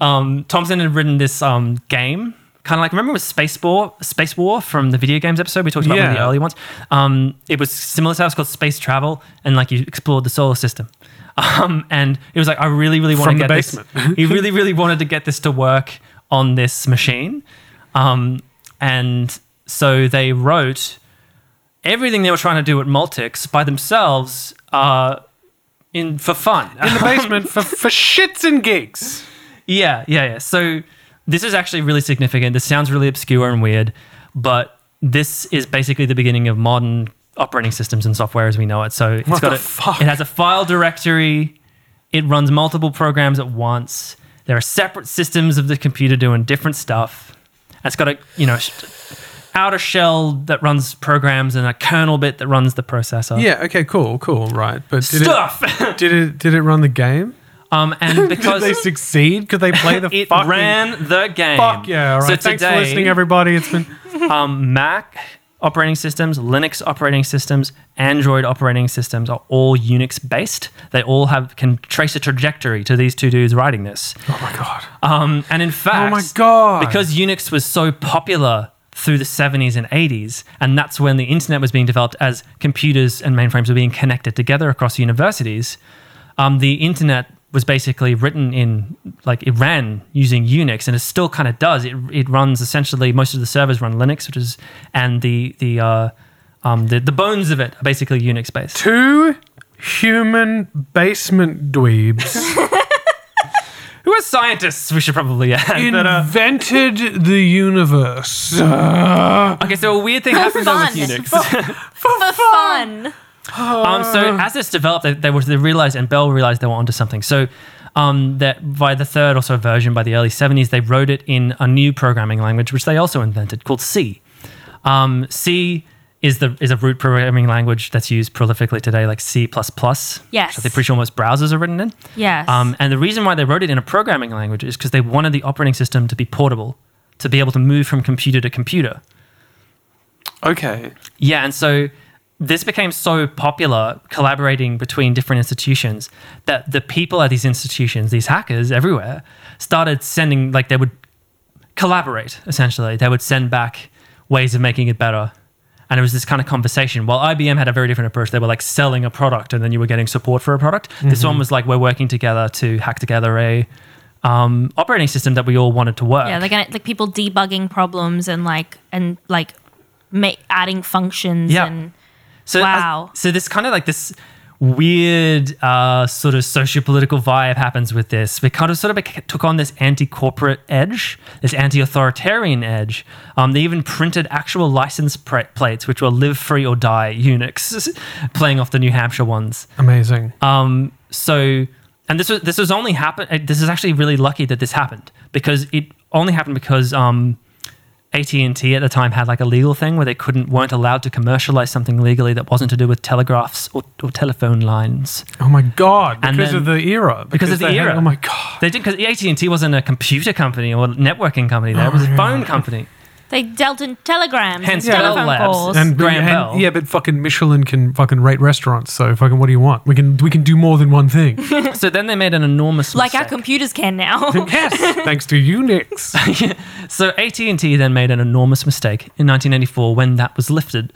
um, Thompson had written this um, game, kind of like remember with Space War, Space War from the video games episode we talked about one of the Yeah. early ones. Um, it was similar to that. It was called Space Travel, and like you explored the solar system. Um, and it was like I really, really want From to the get this. basement. he really, really wanted to get this to work on this machine, um, and so they wrote everything they were trying to do at Multics by themselves. Uh, in for fun In the basement for, for shits and gigs. yeah, yeah, yeah. So this is actually really significant. This sounds really obscure and weird, but this is basically the beginning of modern operating systems and software as we know it. So it's What got the a, fuck? it has a file directory. It runs multiple programs at once. There are separate systems of the computer doing different stuff. And It's got a you know sh- outer shell that runs programs and a kernel bit that runs the processor. Yeah. Okay. Cool. Cool. Right. But did Stuff. It, did it? Did it run the game? um, and because Did they succeed? Could they play the it fucking? ran the game. Fuck yeah! All right. So Thanks today- for listening, everybody. It's been um, Mac operating systems, Linux operating systems, Android operating systems are all Unix based. They all have can trace a trajectory to these two dudes writing this. oh my god. Um, and in fact, Oh my God. because Unix was so popular through the 70s and 80s, and that's when the internet was being developed as computers and mainframes were being connected together across universities, um, the internet was basically written in like it ran using Unix, and it still kind of does. It it runs essentially most of the servers run Linux, which is and the the uh, um, the, the bones of it are basically Unix based. Two human basement dweebs Who are scientists? We should probably add. but, uh, invented the universe. okay, so a weird thing For happens though with fun. Unix. For fun. Um, Oh. so as this developed, they, they, were, they realized, and Bell realized they were onto something. So um, that by the third or so version, by the early 70s, they wrote it in a new programming language, which they also invented, called C. Um, C is the is a root programming language that's used prolifically today, like C++. Yes. which I'm pretty sure most browsers are written in. Yes. Um, and the reason why they wrote it in a programming language is because they wanted the operating system to be portable, to be able to move from computer to computer. Okay. Yeah, and so this became so popular collaborating between different institutions that the people at these institutions, these hackers everywhere, started sending like they would collaborate essentially. They would send back ways of making it better. And it was this kind of conversation. While IBM had a very different approach, they were like selling a product and then you were getting support for a product. This one was like we're working together to hack together a um, operating system that we all wanted to work. yeah, they're gonna like people debugging problems and like and like ma- adding functions Yeah. and So Wow. as- so this kind of like this weird uh, sort of socio-political vibe happens with this. We kind of sort of bec- took on this anti-corporate edge, this anti-authoritarian edge. Um, they even printed actual license pr- plates, which were "Live Free or Die" Unix, playing off the New Hampshire ones. Amazing. Um, so, and this was this was only happened. This is actually really lucky that this happened because it only happened because um, AT and T at the time had like a legal thing where they couldn't weren't allowed to commercialize something legally that wasn't to do with telegraphs or, or telephone lines. oh my god. and Because of the then- era. because of the they had- era. oh my god. They did because AT and T wasn't a computer company or networking company. There it was a phone company. They dealt in telegrams Hence and telephone telegrams. calls. And, Graham and- Bell. yeah, but fucking Michelin can fucking rate restaurants. So fucking, what do you want? We can we can do more than one thing. So then they made an enormous like our mistake. computers can now. yes, thanks to Unix. So AT&T then made an enormous mistake in 1984 when that was lifted,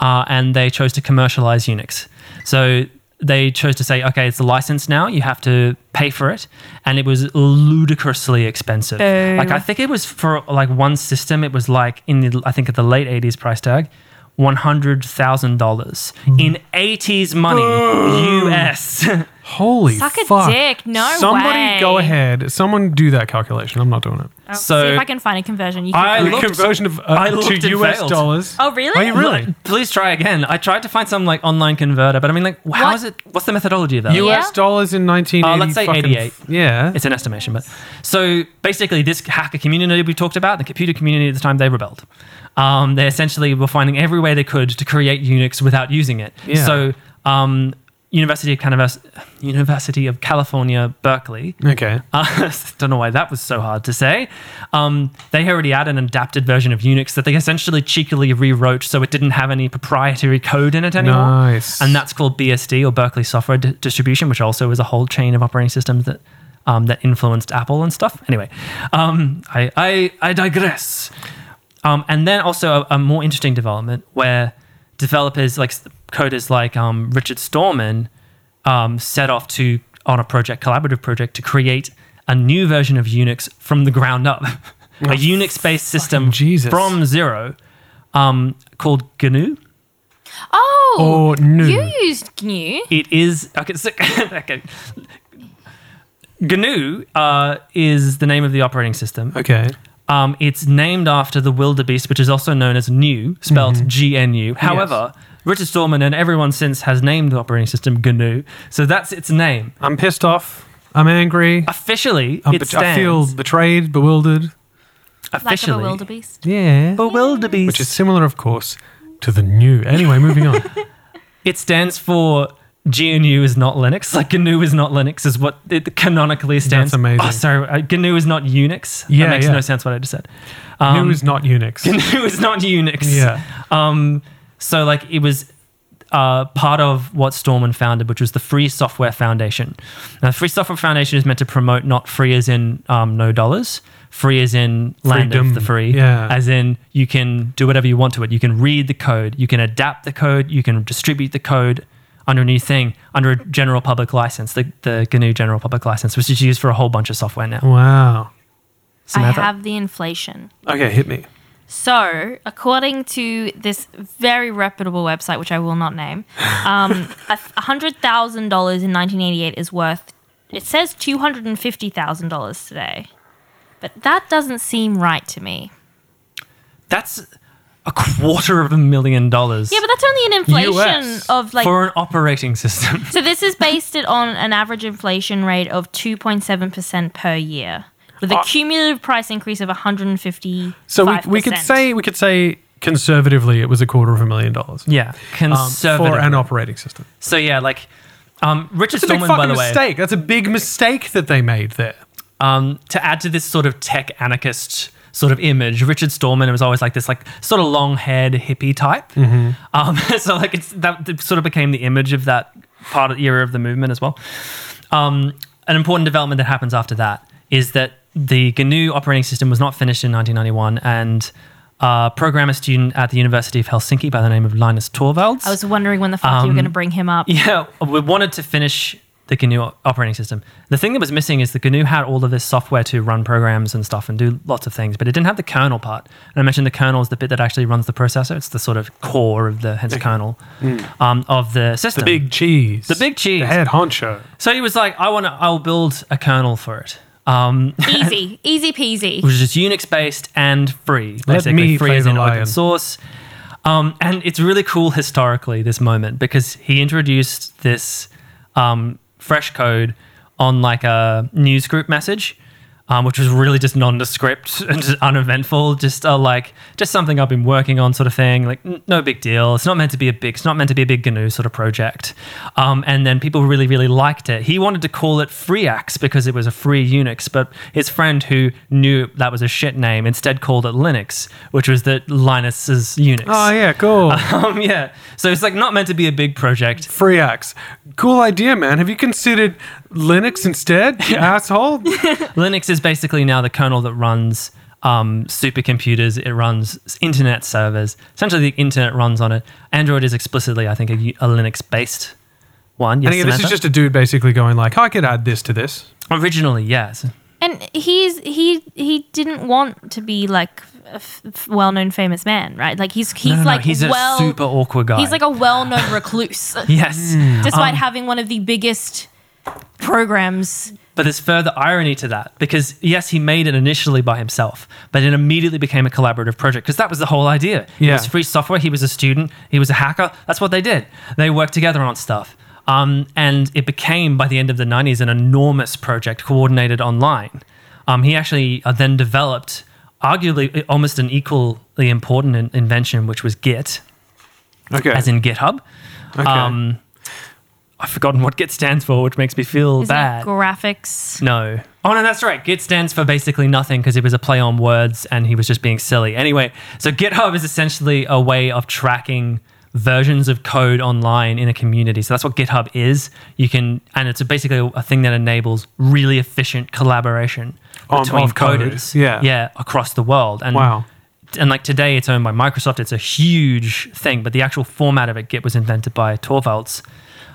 uh, and they chose to commercialize Unix. So they chose to say, okay, it's a license now. You have to pay for it, and it was ludicrously expensive. Boom. Like I think it was for like one system, it was like in the I think at the late 80s price tag. One hundred thousand dollars Hmm. in eighties money, US. Holy Suck a fuck! dick, no Somebody way. go ahead. Someone do that calculation. I'm not doing it. I'll So- see if I can find a conversion. You can I The looked- conversion of uh, I looked to and US failed. dollars. Oh, really? Are you really? Look, please try again. I tried to find some like online converter, but I mean, like, how What? is it? What's the methodology of that? You- US Yeah. dollars in 1980. Uh, let's say fucking- 88. Yeah. It's an estimation, but so basically, this hacker community we talked about, the computer community at the time, they rebelled. Um, they essentially were finding every way they could to create Unix without using it. Yeah. So, um, University of Canavas- University of California, Berkeley. okay. Uh, don't know why that was so hard to say. Um, they already had an adapted version of Unix that they essentially cheekily rewrote so it didn't have any proprietary code in it anymore. Nice. And that's called BSD or Berkeley Software D- Distribution, which also is a whole chain of operating systems that um, that influenced Apple and stuff. Anyway, um, I, I I digress. Um, and then also a, a more interesting development where developers like s- coders like um, Richard Stallman um, set off to on a project, collaborative project, to create a new version of Unix from the ground up, a Unix-based system Jesus. from zero, um, called GNU. Oh, Or new. you used E, GNU. It is okay. So, okay. GNU uh, is the name of the operating system. Okay. Um, it's named after the wildebeest, which is also known as GNU, spelled Mm-hmm. GNU. However, Richard Stallman and everyone since has named the operating system GNU, so that's its name I'm pissed off. I'm angry. officially. I'm it bet- stands Oh, I feel betrayed, bewildered. Like of a officially wildebeest. Yeah. wildebeest, Which is similar, of course, to the new. Anyway, moving on. It stands for GNU is not Linux. Like GNU is not Linux is what it canonically stands. That's amazing. Oh, sorry, uh, GNU is not Unix. Yeah, that makes yeah. no sense what I just said. Um, new is not Um, Unix. GNU is not Unix. Yeah. Um, so like it was uh, part of what Stallman founded, which was the Free Software Foundation. Now, the Free Software Foundation is meant to promote not free as in um, no dollars, free as in land Freedom. of the free, Yeah. as in you can do whatever you want to it. You can read the code, you can adapt the code, you can distribute the code under a new thing, under a general public license, the, the GNU general public license, which is used for a whole bunch of software now. Wow. Samantha? I have the inflation. Okay, hit me. So, according to this very reputable website, which I will not name, um, a hundred thousand dollars in 1988 is worth. It says two hundred and fifty thousand dollars today, but that doesn't seem right to me. That's a quarter of a million dollars. Yeah, but that's only an inflation US of like. for an operating system. so this is based it on an average inflation rate of two point seven percent per year, with a cumulative price increase of one hundred and fifty. Uh, So we, we could say we could say conservatively it was a quarter of a million dollars. Yeah, Um, conservative. for an operating system. so yeah, like um, Richard That's a big Stallman, fucking by the way, mistake. That's a big mistake that they made there. um, to add to this sort of tech anarchist sort of image, Richard Stallman was always like this, like sort of long-haired hippie type. Mm-hmm. Um, so like it's that it sort of became the image of that part of the era of the movement as well. Um, an important development that happens after that is that the GNU operating system was not finished in 1991 and. A programmer student at the University of Helsinki by the name of Linus Torvalds. I was wondering when the fuck you were Um, going to bring him up. Yeah, we wanted to finish the GNU o- operating system. The thing that was missing is the GNU had all of this software to run programs and stuff and do lots of things, but it didn't have the kernel part. And I mentioned the kernel is the bit that actually runs the processor. It's the sort of core of the hence kernel um, of the Mm. The system. big cheese. The big cheese. The head honcho. so he was like, I want to. I'll build a kernel for it. Um, easy, easy peasy. which is Unix based and free. Let Basically, me free play as the in lion. open source. Um, and it's really cool historically this moment because he introduced this um, fresh code on like a news group message. um, which was really just nondescript and just uneventful. Just uh, like just something I've been working on, sort of thing. Like n- no big deal. It's not meant to be a big. It's not meant to be a big GNU sort of project. Um, and then people really, really liked it. He wanted to call it FreeAxe because it was a free Unix, but his friend who knew that was a shit name instead called it Linux, which was the Linus's Unix. Oh yeah, cool. Um, yeah. So it's like not meant to be a big project. Free axe. Cool idea, man. Have you considered Linux instead, you asshole? Linux is basically now the kernel that runs um, supercomputers. It runs internet servers. Essentially, the internet runs on it. Android is explicitly, I think, a, u- a Linux-based one. Yes, And again, this is Samantha? just a dude basically going like, I could add this to this. originally, yes. And he's he he didn't want to be like a f- f- well-known famous man, right? Like he's he's No, no, no, like he's a well super awkward guy. Um, He's like a well-known recluse, yes. Hmm. despite having one of the biggest programs. But there's further irony to that because, yes, he made it initially by himself, but it immediately became a collaborative project because that was the whole idea. It Yeah. was free software. He was a student. He was a hacker. That's what they did. They worked together on stuff. Um, and it became, by the end of the 90s, an enormous project coordinated online. Um, he actually uh, then developed arguably uh, almost an equally important in- invention, which was Git, Okay. as in GitHub. okay. Um, I've forgotten what Git stands for, which makes me feel Isn't it bad. graphics. No. Oh no, that's right. Git stands for basically nothing because it was a play on words and he was just being silly. Anyway, so GitHub is essentially a way of tracking versions of code online in a community. So that's what GitHub is. You can and it's basically a thing that enables really efficient collaboration On- between of code, coders. yeah. Yeah, across the world. And Wow. and like today it's owned by Microsoft. It's a huge thing, but the actual format of it, Git, was invented by Torvalds.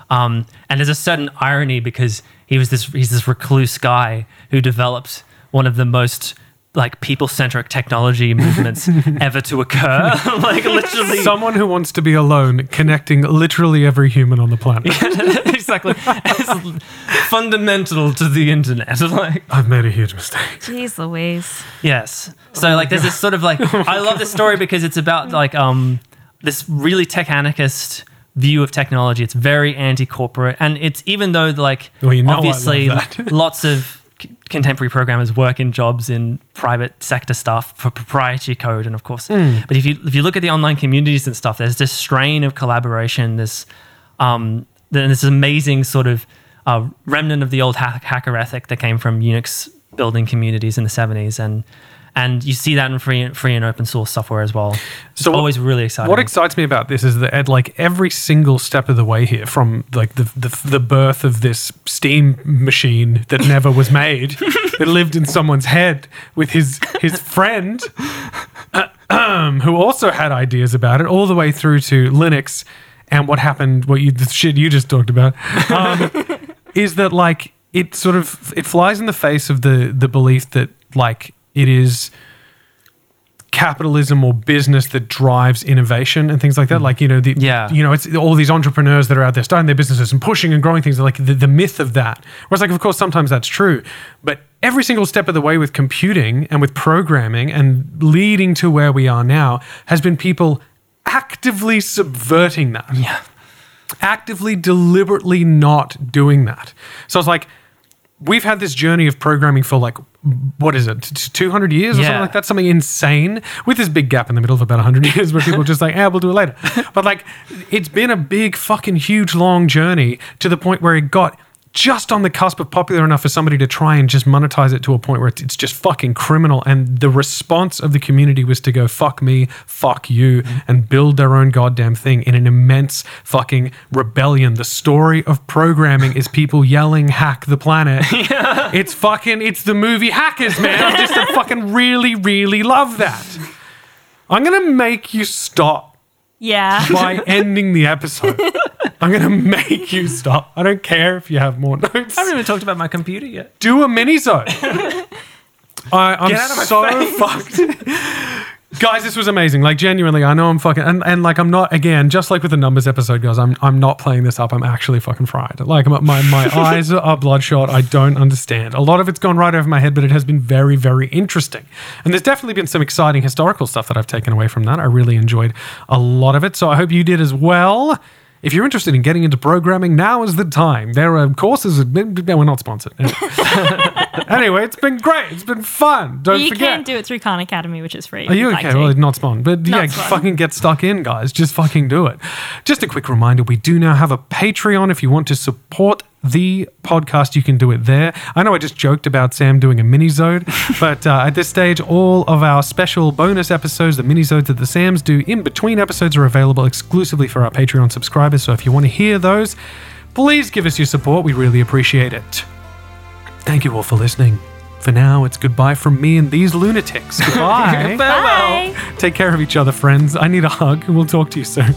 Um, and there's a certain irony because he was this he's this recluse guy who developed one of the most like people-centric technology movements ever to occur. like literally, Someone who wants to be alone, connecting literally every human on the planet. exactly, it's fundamental to the internet. Like, I've made a huge mistake. Jeez Louise. Yes. Oh So like there's this sort of like I love this story because it's about like um this really tech anarchist view of technology. It's very anti-corporate and it's even though like Well, you know I love obviously that. lots of c- contemporary programmers work in jobs in private sector stuff for proprietary code and of course but if you if you look at the online communities and stuff there's this strain of collaboration this um, then this amazing sort of uh, remnant of the old hack- hacker ethic that came from Unix building communities in the 70s and and you see that in free free and open source software as well. It's So what- always really exciting. What excites me about this is that at like every single step of the way here, from like the the, the birth of this steam machine that never was made, that lived in someone's head with his his friend, um, who also had ideas about it, all the way through to Linux and what happened, what you the shit you just talked about, um, is that like it sort of it flies in the face of the the belief that like it is capitalism or business that drives innovation and things like that. Like you know the Mm. Yeah. you know it's all these entrepreneurs that are out there starting their businesses and pushing and growing things. Like the, the myth of that. Whereas like of course sometimes that's true, but every single step of the way with computing and with programming and leading to where we are now has been people actively subverting that yeah. actively, deliberately not doing that. So it's like, we've had this journey of programming for like, what is it, t- 200 years or something Yeah. like that? Something insane with this big gap in the middle of about 100 years where people just like, yeah, we'll do it later. But like, it's been a big, fucking huge, long journey to the point where it got just on the cusp of popular enough for somebody to try and just monetize it to a point where it's- it's just fucking criminal. And the response of the community was to go, fuck me, fuck you, and build their own goddamn thing in an immense fucking rebellion. The story of programming is people yelling, hack the planet. It's fucking, it's the movie Hackers, man. I just I fucking really, really love that. I'm going to make you stop Yeah. by ending the episode. I'm going to make you stop. I don't care if you have more notes I haven't even talked about my computer yet. do a mini zone. I, I'm Get out of my so fucked. Guys, this was amazing. Like genuinely, I know I'm fucking and, and like I'm not again, just like with the numbers episode, guys, I'm I'm not playing this up. I'm actually fucking fried. Like my my, my eyes are bloodshot. I don't understand. A lot of it's gone right over my head, but it has been very, very interesting. And there's definitely been some exciting historical stuff that I've taken away from that. I really enjoyed a lot of it. So I hope you did as well. If you're interested in getting into programming, now is the time. There are courses. No, we're not sponsored. Anyway, Anyway, it's been great. It's been fun. Don't you forget. can do it through Khan Academy, which is free. Are you okay? Like to. Well, not spawn, but yeah, spawn. fucking get stuck in, guys. Just fucking do it. Just a quick reminder: we do now have a Patreon. If you want to support the podcast, you can do it there. I know I just joked about Sam doing a mini zode, but uh, at this stage, all of our special bonus episodes, the mini zodes that the Sams do in between episodes, are available exclusively for our Patreon subscribers. So if you want to hear those, please give us your support. We really appreciate it. Thank you all for listening. For now, it's goodbye from me and these lunatics. Farewell. Goodbye. Bye. Take care of each other, friends. I need a hug. We'll talk to you soon.